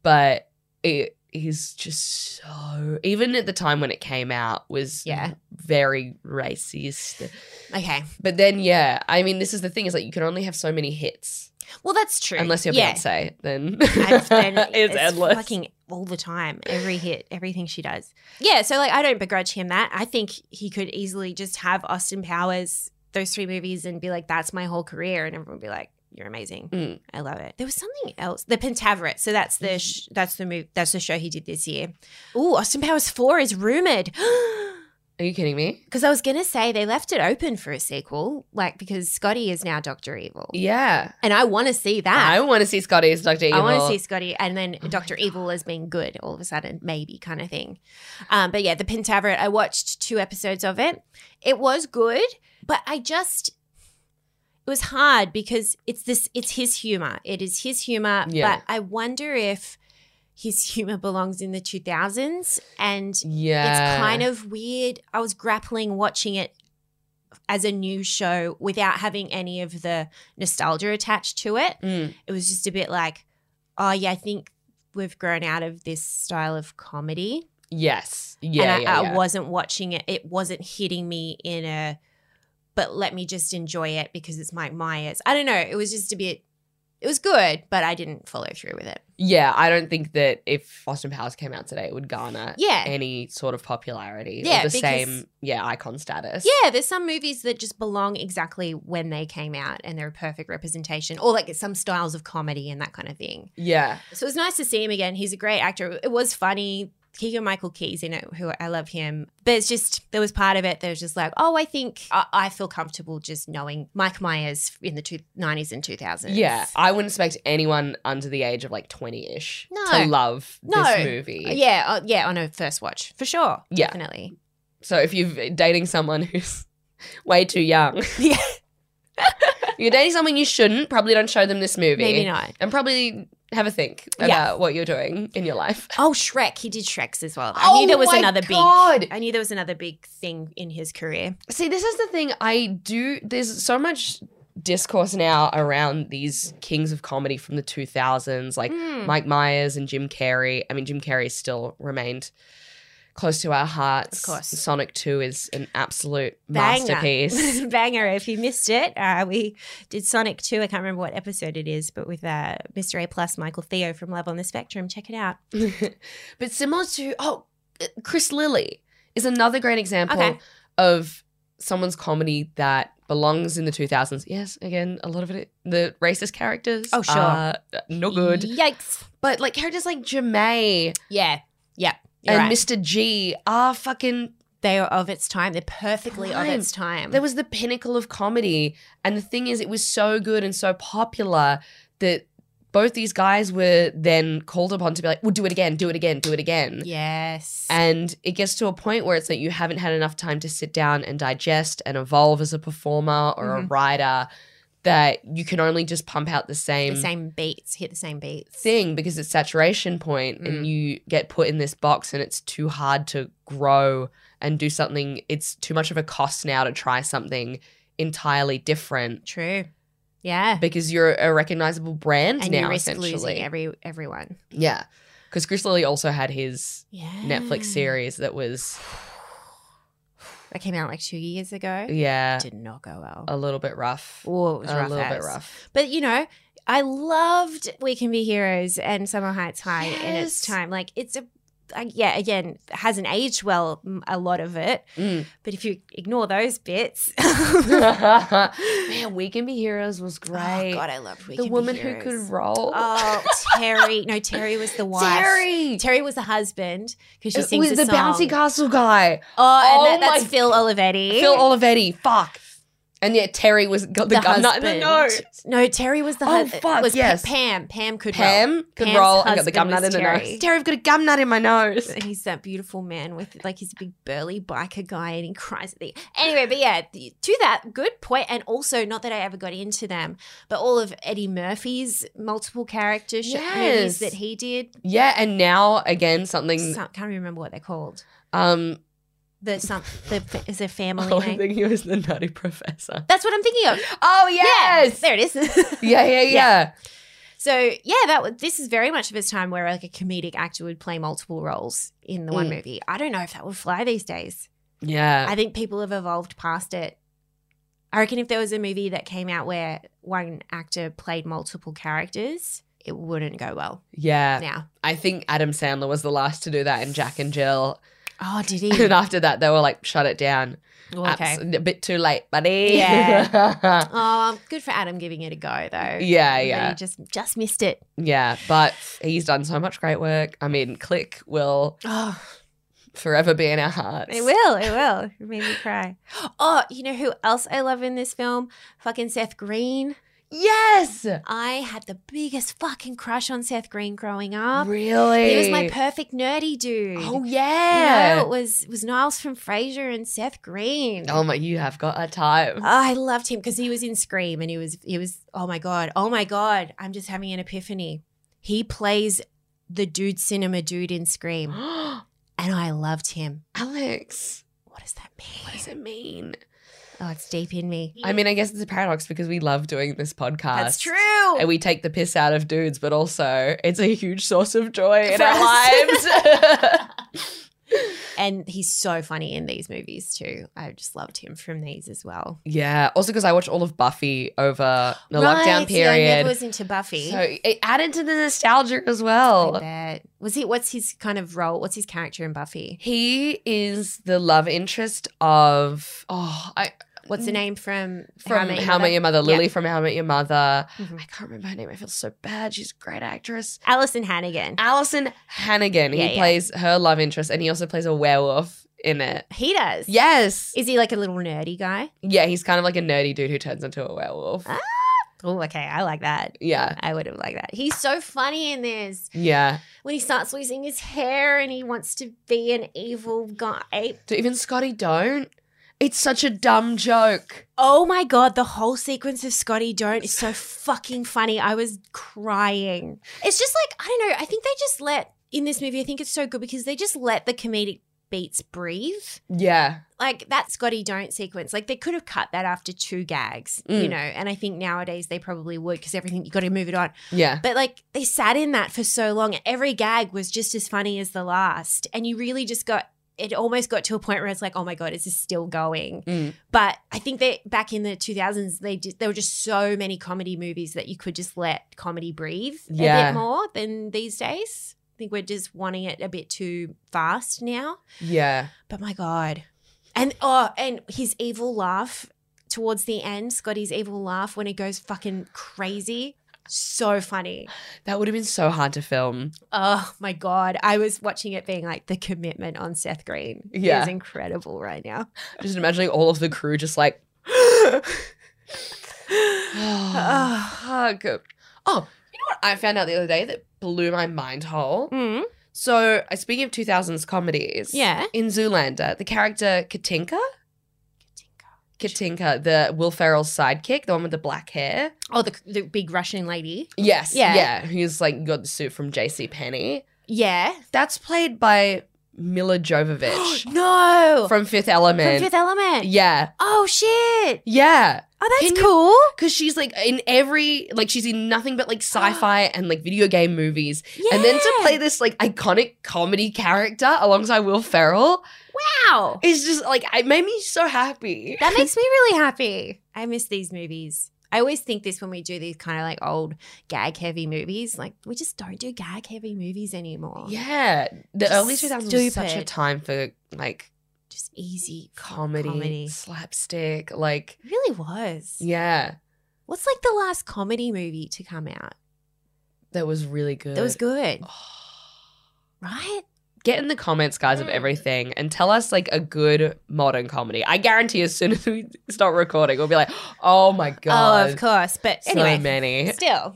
[SPEAKER 2] but it is just so. Even at the time when it came out, was
[SPEAKER 1] Yeah.
[SPEAKER 2] very racist.
[SPEAKER 1] okay.
[SPEAKER 2] But then, yeah, I mean, this is the thing. Is like you can only have so many hits
[SPEAKER 1] Well, that's true.
[SPEAKER 2] unless you're
[SPEAKER 1] yeah.
[SPEAKER 2] Beyonce. Then
[SPEAKER 1] I've been,
[SPEAKER 2] it's, endless.
[SPEAKER 1] Fucking all the time. Every hit, everything she does. Yeah. So, like, I don't begrudge him that. I think he could easily just have Austin Powers, those three movies, and be like, that's my whole career. And everyone would be like, you're amazing.
[SPEAKER 2] Mm.
[SPEAKER 1] I love it. There was something else. The Pentaveret. So that's the sh- that's the move that's the show he did this year. Ooh, Austin Powers 4 is rumored.
[SPEAKER 2] Are you kidding me?
[SPEAKER 1] Because I was gonna say they left it open for a sequel, like because Scotty is now Doctor Evil,
[SPEAKER 2] Yeah.
[SPEAKER 1] and I want to see
[SPEAKER 2] I
[SPEAKER 1] that.
[SPEAKER 2] want to see Scotty as Dr. Evil.
[SPEAKER 1] Ah. I want to see Scotty, and then Doctor Evil as being good all of a sudden, maybe kind of thing. Um, but yeah, the Pentaveret. I watched two episodes of it. It was good, but I just it was hard because it's this. It's his humor. It is his humor.
[SPEAKER 2] Yeah.
[SPEAKER 1] But I wonder if his humor belongs in the two thousands and
[SPEAKER 2] Yeah.
[SPEAKER 1] it's kind of weird. I was grappling watching it as a new show without having any of the nostalgia attached to it.
[SPEAKER 2] Mm.
[SPEAKER 1] It was just a bit like, oh, yeah, I think we've grown out of this style of comedy.
[SPEAKER 2] Yes. Yeah.
[SPEAKER 1] and I,
[SPEAKER 2] yeah,
[SPEAKER 1] I
[SPEAKER 2] yeah.
[SPEAKER 1] wasn't watching it. It wasn't hitting me in a, but let me just enjoy it because it's Mike Myers. I don't know. It was just a bit, it was good, but I didn't follow through with it.
[SPEAKER 2] Yeah, I don't think that if Austin Powers came out today, it would garner
[SPEAKER 1] Yeah.
[SPEAKER 2] any sort of popularity
[SPEAKER 1] Yeah,
[SPEAKER 2] or the
[SPEAKER 1] because-
[SPEAKER 2] same yeah icon status.
[SPEAKER 1] Yeah, there's some movies that just belong exactly when they came out and they're a perfect representation, or like some styles of comedy and that kind of thing.
[SPEAKER 2] Yeah.
[SPEAKER 1] So it was nice to see him again. He's a great actor. It was funny. Keegan Michael Key's in it, who I love him. But it's just, there was part of it that was just like, oh, I think I, I feel comfortable just knowing Mike Myers in the two, Uh, 90s and 2000s.
[SPEAKER 2] Yeah, I wouldn't expect anyone under the age of like 20 ish
[SPEAKER 1] No.
[SPEAKER 2] to love
[SPEAKER 1] No.
[SPEAKER 2] this movie.
[SPEAKER 1] Yeah. uh, yeah. On a first watch, for sure.
[SPEAKER 2] Yeah.
[SPEAKER 1] Definitely.
[SPEAKER 2] So if you're dating someone who's way too young, yeah. you're dating someone you shouldn't, probably don't show them this movie.
[SPEAKER 1] Maybe not.
[SPEAKER 2] And probably have a think
[SPEAKER 1] Yeah.
[SPEAKER 2] about what you're doing in your life.
[SPEAKER 1] Oh, Shrek. He did Shreks as well. I
[SPEAKER 2] Oh
[SPEAKER 1] knew there was another big. I knew there was another big thing in his career.
[SPEAKER 2] See, this is the thing. I do. There's so much discourse now around these kings of comedy from the 2000s, like
[SPEAKER 1] Hmm.
[SPEAKER 2] Mike Myers and Jim Carrey. I mean, Jim Carrey still remained close to our hearts.
[SPEAKER 1] Of course.
[SPEAKER 2] Sonic 2 is an absolute
[SPEAKER 1] Banger.
[SPEAKER 2] masterpiece.
[SPEAKER 1] Banger. If you missed it, uh, we did Sonic 2. I can't remember what episode it is, but with uh, Mr. A plus Michael Theo from Love on the Spectrum. Check it out.
[SPEAKER 2] but similar to oh, Chris Lilly is another great example
[SPEAKER 1] Okay.
[SPEAKER 2] of someone's comedy that belongs in the 2000s. Yes, again, a lot of it the racist characters.
[SPEAKER 1] Oh, sure.
[SPEAKER 2] are no good.
[SPEAKER 1] Yikes.
[SPEAKER 2] But like characters like Jemay
[SPEAKER 1] Yeah. You're
[SPEAKER 2] and
[SPEAKER 1] right.
[SPEAKER 2] Mr. G are fucking.
[SPEAKER 1] They are of its time. They're perfectly of its time.
[SPEAKER 2] That was the pinnacle of comedy. And the thing is, it was so good and so popular that both these guys were then called upon to be like, we'll do it again, do it again, do it again.
[SPEAKER 1] yes.
[SPEAKER 2] And it gets to a point where it's like you haven't had enough time to sit down and digest and evolve as a performer or
[SPEAKER 1] Mm-hmm.
[SPEAKER 2] a writer that you can only just pump out the same,
[SPEAKER 1] the same beats, hit the same beats.
[SPEAKER 2] thing because it's saturation point
[SPEAKER 1] Mm.
[SPEAKER 2] and you get put in this box and it's too hard to grow and do something. It's too much of a cost now to try something entirely different
[SPEAKER 1] True. Yeah.
[SPEAKER 2] because you're a recognizable brand
[SPEAKER 1] and
[SPEAKER 2] now,
[SPEAKER 1] you risk
[SPEAKER 2] essentially.
[SPEAKER 1] losing every everyone.
[SPEAKER 2] yeah. Because Chris Lilly also had his
[SPEAKER 1] Yeah.
[SPEAKER 2] Netflix series that was,
[SPEAKER 1] That came out like two years ago.
[SPEAKER 2] yeah,
[SPEAKER 1] Did not go well.
[SPEAKER 2] a little bit rough.
[SPEAKER 1] Oh, it was
[SPEAKER 2] a
[SPEAKER 1] rough
[SPEAKER 2] little bit
[SPEAKER 1] as.
[SPEAKER 2] rough.
[SPEAKER 1] But you know, I loved We Can Be Heroes and Summer Heights High in its
[SPEAKER 2] Yes.
[SPEAKER 1] time. Like it's a like, yeah, again, hasn't aged well mm, a lot of it.
[SPEAKER 2] Mm.
[SPEAKER 1] But if you ignore those bits,
[SPEAKER 2] Man, We Can Be Heroes was
[SPEAKER 1] oh
[SPEAKER 2] great.
[SPEAKER 1] god, I loved We
[SPEAKER 2] the
[SPEAKER 1] Can Be
[SPEAKER 2] woman who could
[SPEAKER 1] Heroes.
[SPEAKER 2] roll.
[SPEAKER 1] Oh, Terry! No, Terry was the wife.
[SPEAKER 2] Terry!
[SPEAKER 1] Terry Uh, was the husband because she
[SPEAKER 2] It
[SPEAKER 1] sings
[SPEAKER 2] was
[SPEAKER 1] a
[SPEAKER 2] the bouncy
[SPEAKER 1] song.
[SPEAKER 2] castle guy.
[SPEAKER 1] Oh,
[SPEAKER 2] Oh
[SPEAKER 1] and that, that's
[SPEAKER 2] my-
[SPEAKER 1] Phil Olivetti.
[SPEAKER 2] Phil Olivetti. Fuck. And yet Terry was got the,
[SPEAKER 1] the
[SPEAKER 2] gun.
[SPEAKER 1] husband.
[SPEAKER 2] Nut in the nose.
[SPEAKER 1] No, Terry was the
[SPEAKER 2] Oh,
[SPEAKER 1] husband.
[SPEAKER 2] fuck,
[SPEAKER 1] was
[SPEAKER 2] yes.
[SPEAKER 1] Pa- Pam. Pam could roll.
[SPEAKER 2] Pam could
[SPEAKER 1] Pam's
[SPEAKER 2] roll and got the gum
[SPEAKER 1] husband
[SPEAKER 2] nut in
[SPEAKER 1] was
[SPEAKER 2] the
[SPEAKER 1] Terry.
[SPEAKER 2] nose. Terry, I've got a gum nut in my nose.
[SPEAKER 1] And he's that beautiful man with like he's a big burly biker guy and he cries at the anyway but yeah the- to that good point and also not that i ever got into them but all of eddie murphy's multiple character sh- movies
[SPEAKER 2] Yes.
[SPEAKER 1] that he did
[SPEAKER 2] Yeah, and now again something
[SPEAKER 1] some, can't remember what they're called
[SPEAKER 2] um
[SPEAKER 1] the some the is a family
[SPEAKER 2] oh, I
[SPEAKER 1] name
[SPEAKER 2] think he was the nutty professor.
[SPEAKER 1] that's what i'm thinking of
[SPEAKER 2] Oh
[SPEAKER 1] yes
[SPEAKER 2] yes.
[SPEAKER 1] there it is
[SPEAKER 2] Yeah, yeah, yeah.
[SPEAKER 1] So yeah, that was, this is very much of his time where like a comedic actor would play multiple roles in the one
[SPEAKER 2] Mm.
[SPEAKER 1] movie. I don't know if that would fly these days.
[SPEAKER 2] Yeah.
[SPEAKER 1] I think people have evolved past it. I reckon if there was a movie that came out where one actor played multiple characters, it wouldn't go well
[SPEAKER 2] yeah.
[SPEAKER 1] now.
[SPEAKER 2] I think Adam Sandler was the last to do that in Jack and Jill.
[SPEAKER 1] Oh, did
[SPEAKER 2] and after that they were like, shut it down.
[SPEAKER 1] okay.
[SPEAKER 2] Abs- a bit too late, buddy.
[SPEAKER 1] Yeah. Oh, good for Adam giving it a go though.
[SPEAKER 2] Yeah,
[SPEAKER 1] But
[SPEAKER 2] yeah.
[SPEAKER 1] He just just missed it.
[SPEAKER 2] Yeah, but he's done so much great work. I mean, Click will
[SPEAKER 1] Oh,
[SPEAKER 2] forever be in our hearts.
[SPEAKER 1] It will. It will. It made me cry. Oh, you know who else I love in this film? Fucking Seth Green.
[SPEAKER 2] Yes.
[SPEAKER 1] I had the biggest fucking crush on Seth Green growing up.
[SPEAKER 2] Really?
[SPEAKER 1] He was my perfect nerdy dude.
[SPEAKER 2] Oh
[SPEAKER 1] You know,
[SPEAKER 2] yeah.
[SPEAKER 1] it was it was Niles from Frasier and Seth Green. Ah,
[SPEAKER 2] oh my, you have got a time.
[SPEAKER 1] I loved him because he was in Scream and he was he was oh my god oh my god I'm just having an epiphany. He plays the dude cinema dude in Scream and I loved him.
[SPEAKER 2] Alex,
[SPEAKER 1] What does that
[SPEAKER 2] what
[SPEAKER 1] mean?
[SPEAKER 2] does it mean?
[SPEAKER 1] Oh, it's deep in me.
[SPEAKER 2] I mean, I guess it's a paradox because we love doing this podcast.
[SPEAKER 1] That's true.
[SPEAKER 2] And we take the piss out of dudes, but also it's a huge source of joy in
[SPEAKER 1] For
[SPEAKER 2] our
[SPEAKER 1] us.
[SPEAKER 2] lives.
[SPEAKER 1] and he's so funny in these movies too. I just loved him from these as well.
[SPEAKER 2] yeah. Also, because I watched all of Buffy over the lockdown
[SPEAKER 1] See, I
[SPEAKER 2] period.
[SPEAKER 1] never was into Buffy.
[SPEAKER 2] So it added to the nostalgia as
[SPEAKER 1] I
[SPEAKER 2] well.
[SPEAKER 1] bet. Was he? What's his kind of role? What's his character in Buffy?
[SPEAKER 2] He is the love interest of oh, I
[SPEAKER 1] What's the name from
[SPEAKER 2] from
[SPEAKER 1] Met Your
[SPEAKER 2] How I Met Your Mother,
[SPEAKER 1] Yeah.
[SPEAKER 2] Lily from How I Met Your Mother.
[SPEAKER 1] Mhm.
[SPEAKER 2] I can't remember her name. I feel so bad. She's a great actress.
[SPEAKER 1] Allison Hannigan.
[SPEAKER 2] Allison Hannigan.
[SPEAKER 1] Yeah,
[SPEAKER 2] he
[SPEAKER 1] yeah.
[SPEAKER 2] plays her love interest, and he also plays a werewolf in it.
[SPEAKER 1] He does.
[SPEAKER 2] Yes.
[SPEAKER 1] Is he like a little nerdy guy?
[SPEAKER 2] Yeah, he's kind of like a nerdy dude who turns into a werewolf.
[SPEAKER 1] Ah. Oh, okay. I like that.
[SPEAKER 2] Yeah.
[SPEAKER 1] I would have liked that. He's so funny in this
[SPEAKER 2] Yeah.
[SPEAKER 1] when he starts losing his hair and he wants to be an evil guy.
[SPEAKER 2] Do even Scotty don't? It's such a dumb joke.
[SPEAKER 1] Oh my god, the whole sequence of Scotty Don't is so fucking funny. I was crying. It's just like, I don't know, I think they just let in this movie, I think it's so good because they just let the comedic beats breathe.
[SPEAKER 2] Yeah.
[SPEAKER 1] Like that Scotty Don't sequence, like they could have cut that after two gags, you
[SPEAKER 2] Mm.
[SPEAKER 1] know, and I think nowadays they probably would because everything you got to move it on.
[SPEAKER 2] Yeah.
[SPEAKER 1] But like they sat in that for so long, and every gag was just as funny as the last. And you really just got it almost got to a point where it's like, oh my god, is this still going?
[SPEAKER 2] Mm.
[SPEAKER 1] But I think that back in the 2000s, they did, there were just so many comedy movies that you could just let comedy breathe a
[SPEAKER 2] Yeah.
[SPEAKER 1] bit more than these days. I think we're just wanting it a bit too fast now.
[SPEAKER 2] Yeah.
[SPEAKER 1] But my god, and oh, and his evil laugh towards the end, Scotty's evil laugh when he goes fucking crazy. So funny.
[SPEAKER 2] That would have been so hard to film.
[SPEAKER 1] Oh my God. I was watching it being like the commitment on Seth Green
[SPEAKER 2] Yeah.
[SPEAKER 1] is incredible right now.
[SPEAKER 2] Just imagining all of the crew just like. oh, good. Oh, you know what I found out the other day that blew my mind whole?
[SPEAKER 1] Mm.
[SPEAKER 2] So, uh, speaking of 2000s comedies,
[SPEAKER 1] Yeah.
[SPEAKER 2] in Zoolander, the character Katinka, Katinka, the Will Ferrell's sidekick, the one with the black hair.
[SPEAKER 1] Oh, the, the big Russian lady.
[SPEAKER 2] Yes,
[SPEAKER 1] Yeah.
[SPEAKER 2] yeah, who's like got the suit from J.C. Penney.
[SPEAKER 1] Yeah.
[SPEAKER 2] That's played by Mila Jovovich
[SPEAKER 1] no.
[SPEAKER 2] from Fifth Element.
[SPEAKER 1] From Fifth Element.
[SPEAKER 2] yeah,
[SPEAKER 1] Oh, shit.
[SPEAKER 2] yeah.
[SPEAKER 1] Oh, that's
[SPEAKER 2] Can you-
[SPEAKER 1] cool.
[SPEAKER 2] Because she's like in every, like she's in nothing but like sci-fi and like video game movies, and then to
[SPEAKER 1] Yeah.
[SPEAKER 2] play this like iconic comedy character alongside Will Ferrell
[SPEAKER 1] Wow.
[SPEAKER 2] is just like it made me so happy.
[SPEAKER 1] That makes me really happy. I miss these movies. I always think this when we do these kind of like old gag heavy movies. Like, we just don't do gag heavy movies anymore.
[SPEAKER 2] Yeah, the
[SPEAKER 1] Just
[SPEAKER 2] early 2000s was such a
[SPEAKER 1] stupid.
[SPEAKER 2] time for like
[SPEAKER 1] Just easy
[SPEAKER 2] comedy,
[SPEAKER 1] Comedy.
[SPEAKER 2] slapstick, like
[SPEAKER 1] It really was.
[SPEAKER 2] yeah,
[SPEAKER 1] What's like the last comedy movie to come out
[SPEAKER 2] that was really good. Oh.
[SPEAKER 1] that was good? Right?
[SPEAKER 2] Get in the comments, guys,
[SPEAKER 1] Mm.
[SPEAKER 2] of everything, and tell us like a good modern comedy. I guarantee, as soon as we stop recording, we'll be like, oh my god,
[SPEAKER 1] Oh, of course. But
[SPEAKER 2] so
[SPEAKER 1] anyway,
[SPEAKER 2] many.
[SPEAKER 1] still.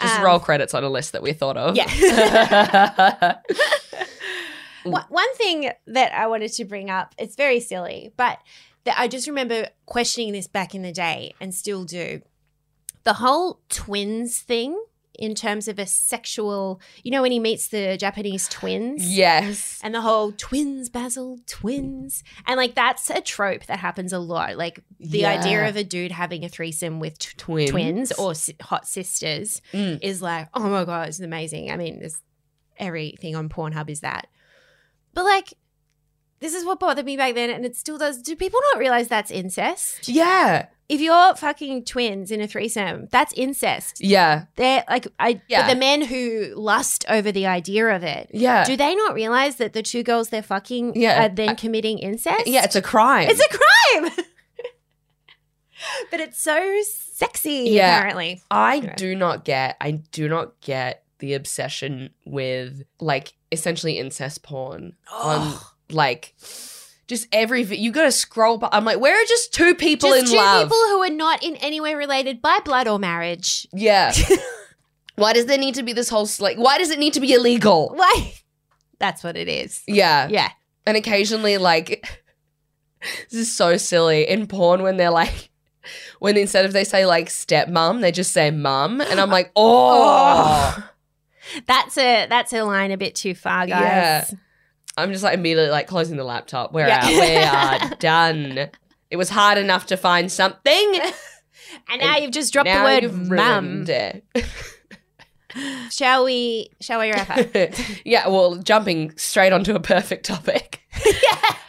[SPEAKER 2] Just
[SPEAKER 1] um,
[SPEAKER 2] roll credits on a list that we thought of.
[SPEAKER 1] Yeah. One- One thing that I wanted to bring up, it's very silly, but that I just remember questioning this back in the day and still do. The whole twins thing in terms of a sexual, you know, when he meets the Japanese twins?
[SPEAKER 2] yes.
[SPEAKER 1] And the whole twins, Basil, twins. And like that's a trope that happens a lot. Like the
[SPEAKER 2] Yeah.
[SPEAKER 1] idea of a dude having a threesome with tw-
[SPEAKER 2] Twins.
[SPEAKER 1] twins or si- hot sisters
[SPEAKER 2] Mm.
[SPEAKER 1] is like, oh my god, it's amazing. I mean, there's everything on Pornhub is that. But like, this is what bothered me back then, and it still does. Do people not realize that's incest?
[SPEAKER 2] Yeah.
[SPEAKER 1] If you're fucking twins in a threesome, that's incest.
[SPEAKER 2] Yeah.
[SPEAKER 1] They're like, I
[SPEAKER 2] Yeah.
[SPEAKER 1] but the men who lust over the idea of it.
[SPEAKER 2] Yeah.
[SPEAKER 1] Do they not realize that the two girls they're fucking
[SPEAKER 2] Uh, Yeah.
[SPEAKER 1] are then committing incest?
[SPEAKER 2] yeah, it's a crime.
[SPEAKER 1] It's a crime. but it's so sexy,
[SPEAKER 2] Yeah.
[SPEAKER 1] apparently.
[SPEAKER 2] I
[SPEAKER 1] Yeah.
[SPEAKER 2] do not get. I do not get the obsession with like essentially incest porn on like just every. vi- You gotta scroll. By, I'm like, where are just two people
[SPEAKER 1] Just
[SPEAKER 2] in
[SPEAKER 1] two
[SPEAKER 2] love?
[SPEAKER 1] people who are not in any way related by blood or marriage.
[SPEAKER 2] Yeah. why does there need to be this whole s- like? Why does it need to be illegal?
[SPEAKER 1] Why? That's what it is.
[SPEAKER 2] Yeah.
[SPEAKER 1] Yeah.
[SPEAKER 2] And occasionally, like, this is so silly in porn when they're like. When instead of they say like stepmom, they just say mum, and I'm like, oh.
[SPEAKER 1] That's a that's a line a bit too far, guys.
[SPEAKER 2] I'm just like immediately like closing the laptop. We're
[SPEAKER 1] Yeah.
[SPEAKER 2] out. We are done. It was hard enough to find something.
[SPEAKER 1] And now you've just dropped
[SPEAKER 2] now
[SPEAKER 1] the
[SPEAKER 2] you've
[SPEAKER 1] word mum.
[SPEAKER 2] ruined it.
[SPEAKER 1] Shall we shall we wrap up?
[SPEAKER 2] yeah, well, jumping straight onto a perfect topic.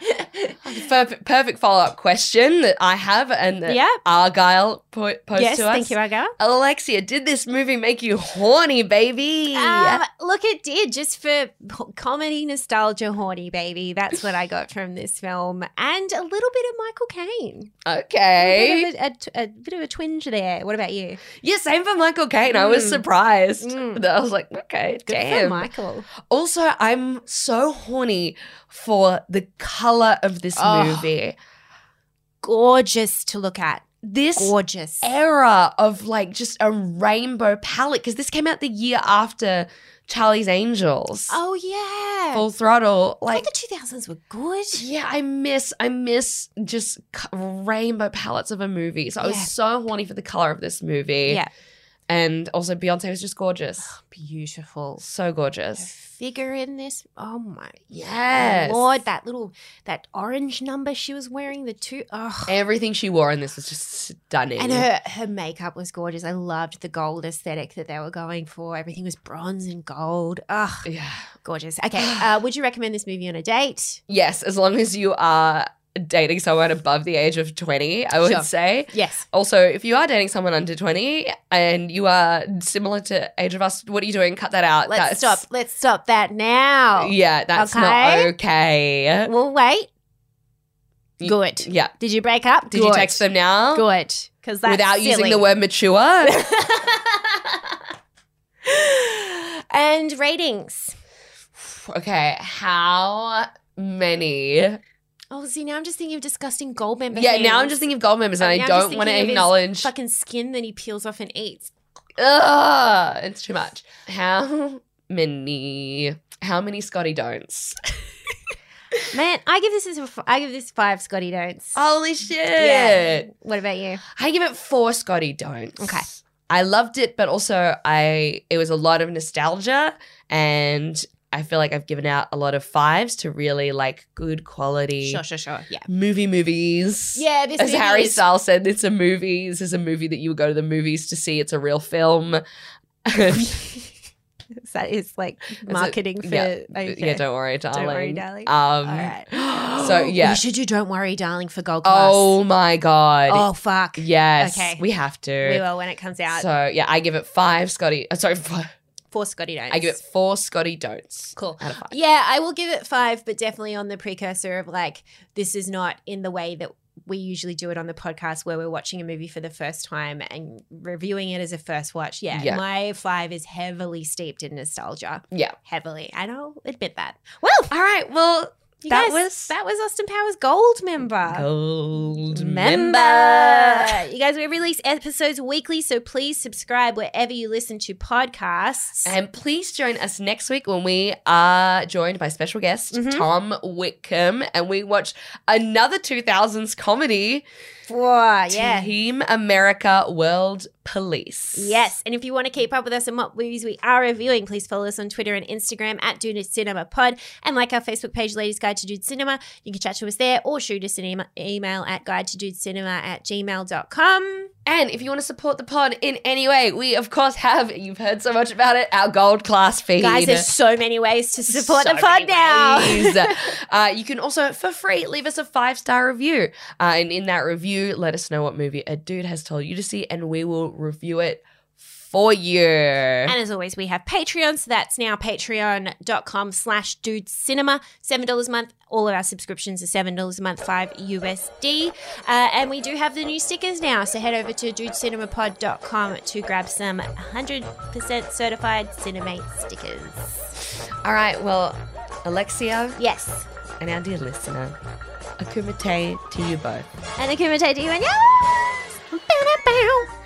[SPEAKER 2] Perfect, perfect follow up question that I have and that
[SPEAKER 1] Yep.
[SPEAKER 2] Argyle po- posed
[SPEAKER 1] yes,
[SPEAKER 2] to us.
[SPEAKER 1] thank you, Aga.
[SPEAKER 2] Alexia, did this movie make you horny, baby?
[SPEAKER 1] Um, look, it did just for p- comedy nostalgia, horny baby. That's what I got from this film, and a little bit of Michael Caine.
[SPEAKER 2] okay.
[SPEAKER 1] A, bit of a- a t- a bit of a twinge there. What about you?
[SPEAKER 2] Yeah, same for Michael Caine. I was
[SPEAKER 1] Mm.
[SPEAKER 2] surprised.
[SPEAKER 1] Mm.
[SPEAKER 2] That I was like, okay,
[SPEAKER 1] Good for
[SPEAKER 2] damn.
[SPEAKER 1] Michael.
[SPEAKER 2] also, I'm so horny for the color of this
[SPEAKER 1] Oh.
[SPEAKER 2] movie.
[SPEAKER 1] Gorgeous to look at.
[SPEAKER 2] This
[SPEAKER 1] Gorgeous.
[SPEAKER 2] era of like just a rainbow palette, because this came out the year after Charlie's Angels,
[SPEAKER 1] Oh yeah. Oh,
[SPEAKER 2] Full Throttle.
[SPEAKER 1] Like
[SPEAKER 2] Like,
[SPEAKER 1] the two thousands were good.
[SPEAKER 2] yeah, I miss, I miss just c- rainbow palettes of a movie. So I
[SPEAKER 1] Yeah.
[SPEAKER 2] was so horny for the color of this movie.
[SPEAKER 1] Yeah.
[SPEAKER 2] And also, Beyonce was just gorgeous.
[SPEAKER 1] Beautiful.
[SPEAKER 2] So
[SPEAKER 1] The
[SPEAKER 2] gorgeous.
[SPEAKER 1] figure in this. Oh my
[SPEAKER 2] Yes.
[SPEAKER 1] lord! That little that orange number she was wearing. The two. Oh.
[SPEAKER 2] Everything she wore in this was just stunning.
[SPEAKER 1] And her, her makeup was gorgeous. I loved the gold aesthetic that they were going for. Everything was bronze and gold. Ugh,
[SPEAKER 2] yeah.
[SPEAKER 1] gorgeous. Okay, uh, would you recommend this movie on a date?
[SPEAKER 2] Yes, as long as you are dating someone above the age of 20, I would
[SPEAKER 1] Sure.
[SPEAKER 2] say.
[SPEAKER 1] Yes.
[SPEAKER 2] Also, if you are dating someone under 20 and you are similar to age of us, what are you doing? Cut that out.
[SPEAKER 1] Let's
[SPEAKER 2] That's-
[SPEAKER 1] stop. Let's stop that now.
[SPEAKER 2] Yeah, that's not
[SPEAKER 1] Okay.
[SPEAKER 2] okay.
[SPEAKER 1] We'll wait.
[SPEAKER 2] You-
[SPEAKER 1] Good.
[SPEAKER 2] Yeah.
[SPEAKER 1] Did you break up?
[SPEAKER 2] Did
[SPEAKER 1] Good.
[SPEAKER 2] you text them now?
[SPEAKER 1] Good. Because that's
[SPEAKER 2] Without using
[SPEAKER 1] silly.
[SPEAKER 2] the word mature?
[SPEAKER 1] And ratings.
[SPEAKER 2] Okay, how many?
[SPEAKER 1] Oh, see, now I'm just thinking of disgusting gold member.
[SPEAKER 2] Yeah, now I'm
[SPEAKER 1] hands.
[SPEAKER 2] just thinking of gold members, and
[SPEAKER 1] Now
[SPEAKER 2] I
[SPEAKER 1] I'm
[SPEAKER 2] don't
[SPEAKER 1] just
[SPEAKER 2] want to
[SPEAKER 1] thinking of his
[SPEAKER 2] acknowledge.
[SPEAKER 1] fucking skin that he peels off and eats.
[SPEAKER 2] Ugh, it's too much. How many? How many Scotty don'ts?
[SPEAKER 1] Man, I give this as a f- I give this five Scotty don'ts.
[SPEAKER 2] Holy shit!
[SPEAKER 1] What about you?
[SPEAKER 2] I give it four Scotty don'ts.
[SPEAKER 1] Okay.
[SPEAKER 2] I loved it, but also I it was a lot of nostalgia and I feel like I've given out a lot of fives to really like good quality
[SPEAKER 1] Sure, sure, sure. Yeah.
[SPEAKER 2] movie movies.
[SPEAKER 1] Yeah, this
[SPEAKER 2] As
[SPEAKER 1] movie
[SPEAKER 2] Harry
[SPEAKER 1] is-
[SPEAKER 2] Styles said, it's a movie. This is a movie that you would go to the movies to see. It's a real film.
[SPEAKER 1] that is like
[SPEAKER 2] a-
[SPEAKER 1] marketing for.
[SPEAKER 2] yeah,
[SPEAKER 1] okay.
[SPEAKER 2] Yeah, don't worry, darling.
[SPEAKER 1] worry, darling.
[SPEAKER 2] Um,
[SPEAKER 1] All right.
[SPEAKER 2] So yeah.
[SPEAKER 1] we should do "Don't Worry, Darling" for Gold Class.
[SPEAKER 2] Oh my god.
[SPEAKER 1] oh fuck.
[SPEAKER 2] yes.
[SPEAKER 1] Okay.
[SPEAKER 2] We have to.
[SPEAKER 1] We will when it comes out.
[SPEAKER 2] So yeah, I give it five Scotty. Uh, sorry, f-
[SPEAKER 1] Four Scotty don'ts.
[SPEAKER 2] I give it four Scotty don'ts.
[SPEAKER 1] Cool.
[SPEAKER 2] Out of five.
[SPEAKER 1] Yeah, I will give it five, but definitely on the precursor of like, this is not in the way that we usually do it on the podcast where we're watching a movie for the first time and reviewing it as a first watch. Yeah,
[SPEAKER 2] Yeah.
[SPEAKER 1] my five is heavily steeped in nostalgia.
[SPEAKER 2] Yeah.
[SPEAKER 1] Heavily. And I'll admit that. Well,
[SPEAKER 2] All right. Well,
[SPEAKER 1] you
[SPEAKER 2] that
[SPEAKER 1] guys,
[SPEAKER 2] was-
[SPEAKER 1] that was Austin Powers Gold member.
[SPEAKER 2] gold
[SPEAKER 1] Member. You guys, we release episodes weekly, so please subscribe wherever you listen to podcasts.
[SPEAKER 2] And please join us next week when we are joined by special guest
[SPEAKER 1] Mm-hmm.
[SPEAKER 2] Tom Whitcomb and we watch another 2000s comedy,
[SPEAKER 1] Whoa, yeah.
[SPEAKER 2] Team America World Police.
[SPEAKER 1] Yes. And if you want to keep up with us and what movies we are reviewing, please follow us on Twitter and Instagram at Dude Cinema Pod and like our Facebook page, Ladies Guide to Dude Cinema. You can chat to us there or shoot us an email, email at guide to dude cinema at gmail.com.
[SPEAKER 2] And if you want to support the pod in any way, we of course have, you've heard so much about it, our gold class feed.
[SPEAKER 1] Guys, there's so many ways to support
[SPEAKER 2] So
[SPEAKER 1] the pod
[SPEAKER 2] many
[SPEAKER 1] now.
[SPEAKER 2] ways. uh, you can also, for free, leave us a five star review. Uh, and in that review, let us know what movie a dude has told you to see, and we will review it for you.
[SPEAKER 1] And as always, we have Patreon. So that's now patreon.com slash dude cinema. $7 a month. All of our subscriptions are $7 a month, 5 USD. Uh, and we do have the new stickers now. So head over to dudecinemapod.com to grab some 100% certified Cinemate stickers.
[SPEAKER 2] All right, well, Alexia
[SPEAKER 1] Yes.
[SPEAKER 2] and our dear listener, akumite to you both.
[SPEAKER 1] And the Kumite to you and yes! Bow, bow, bow.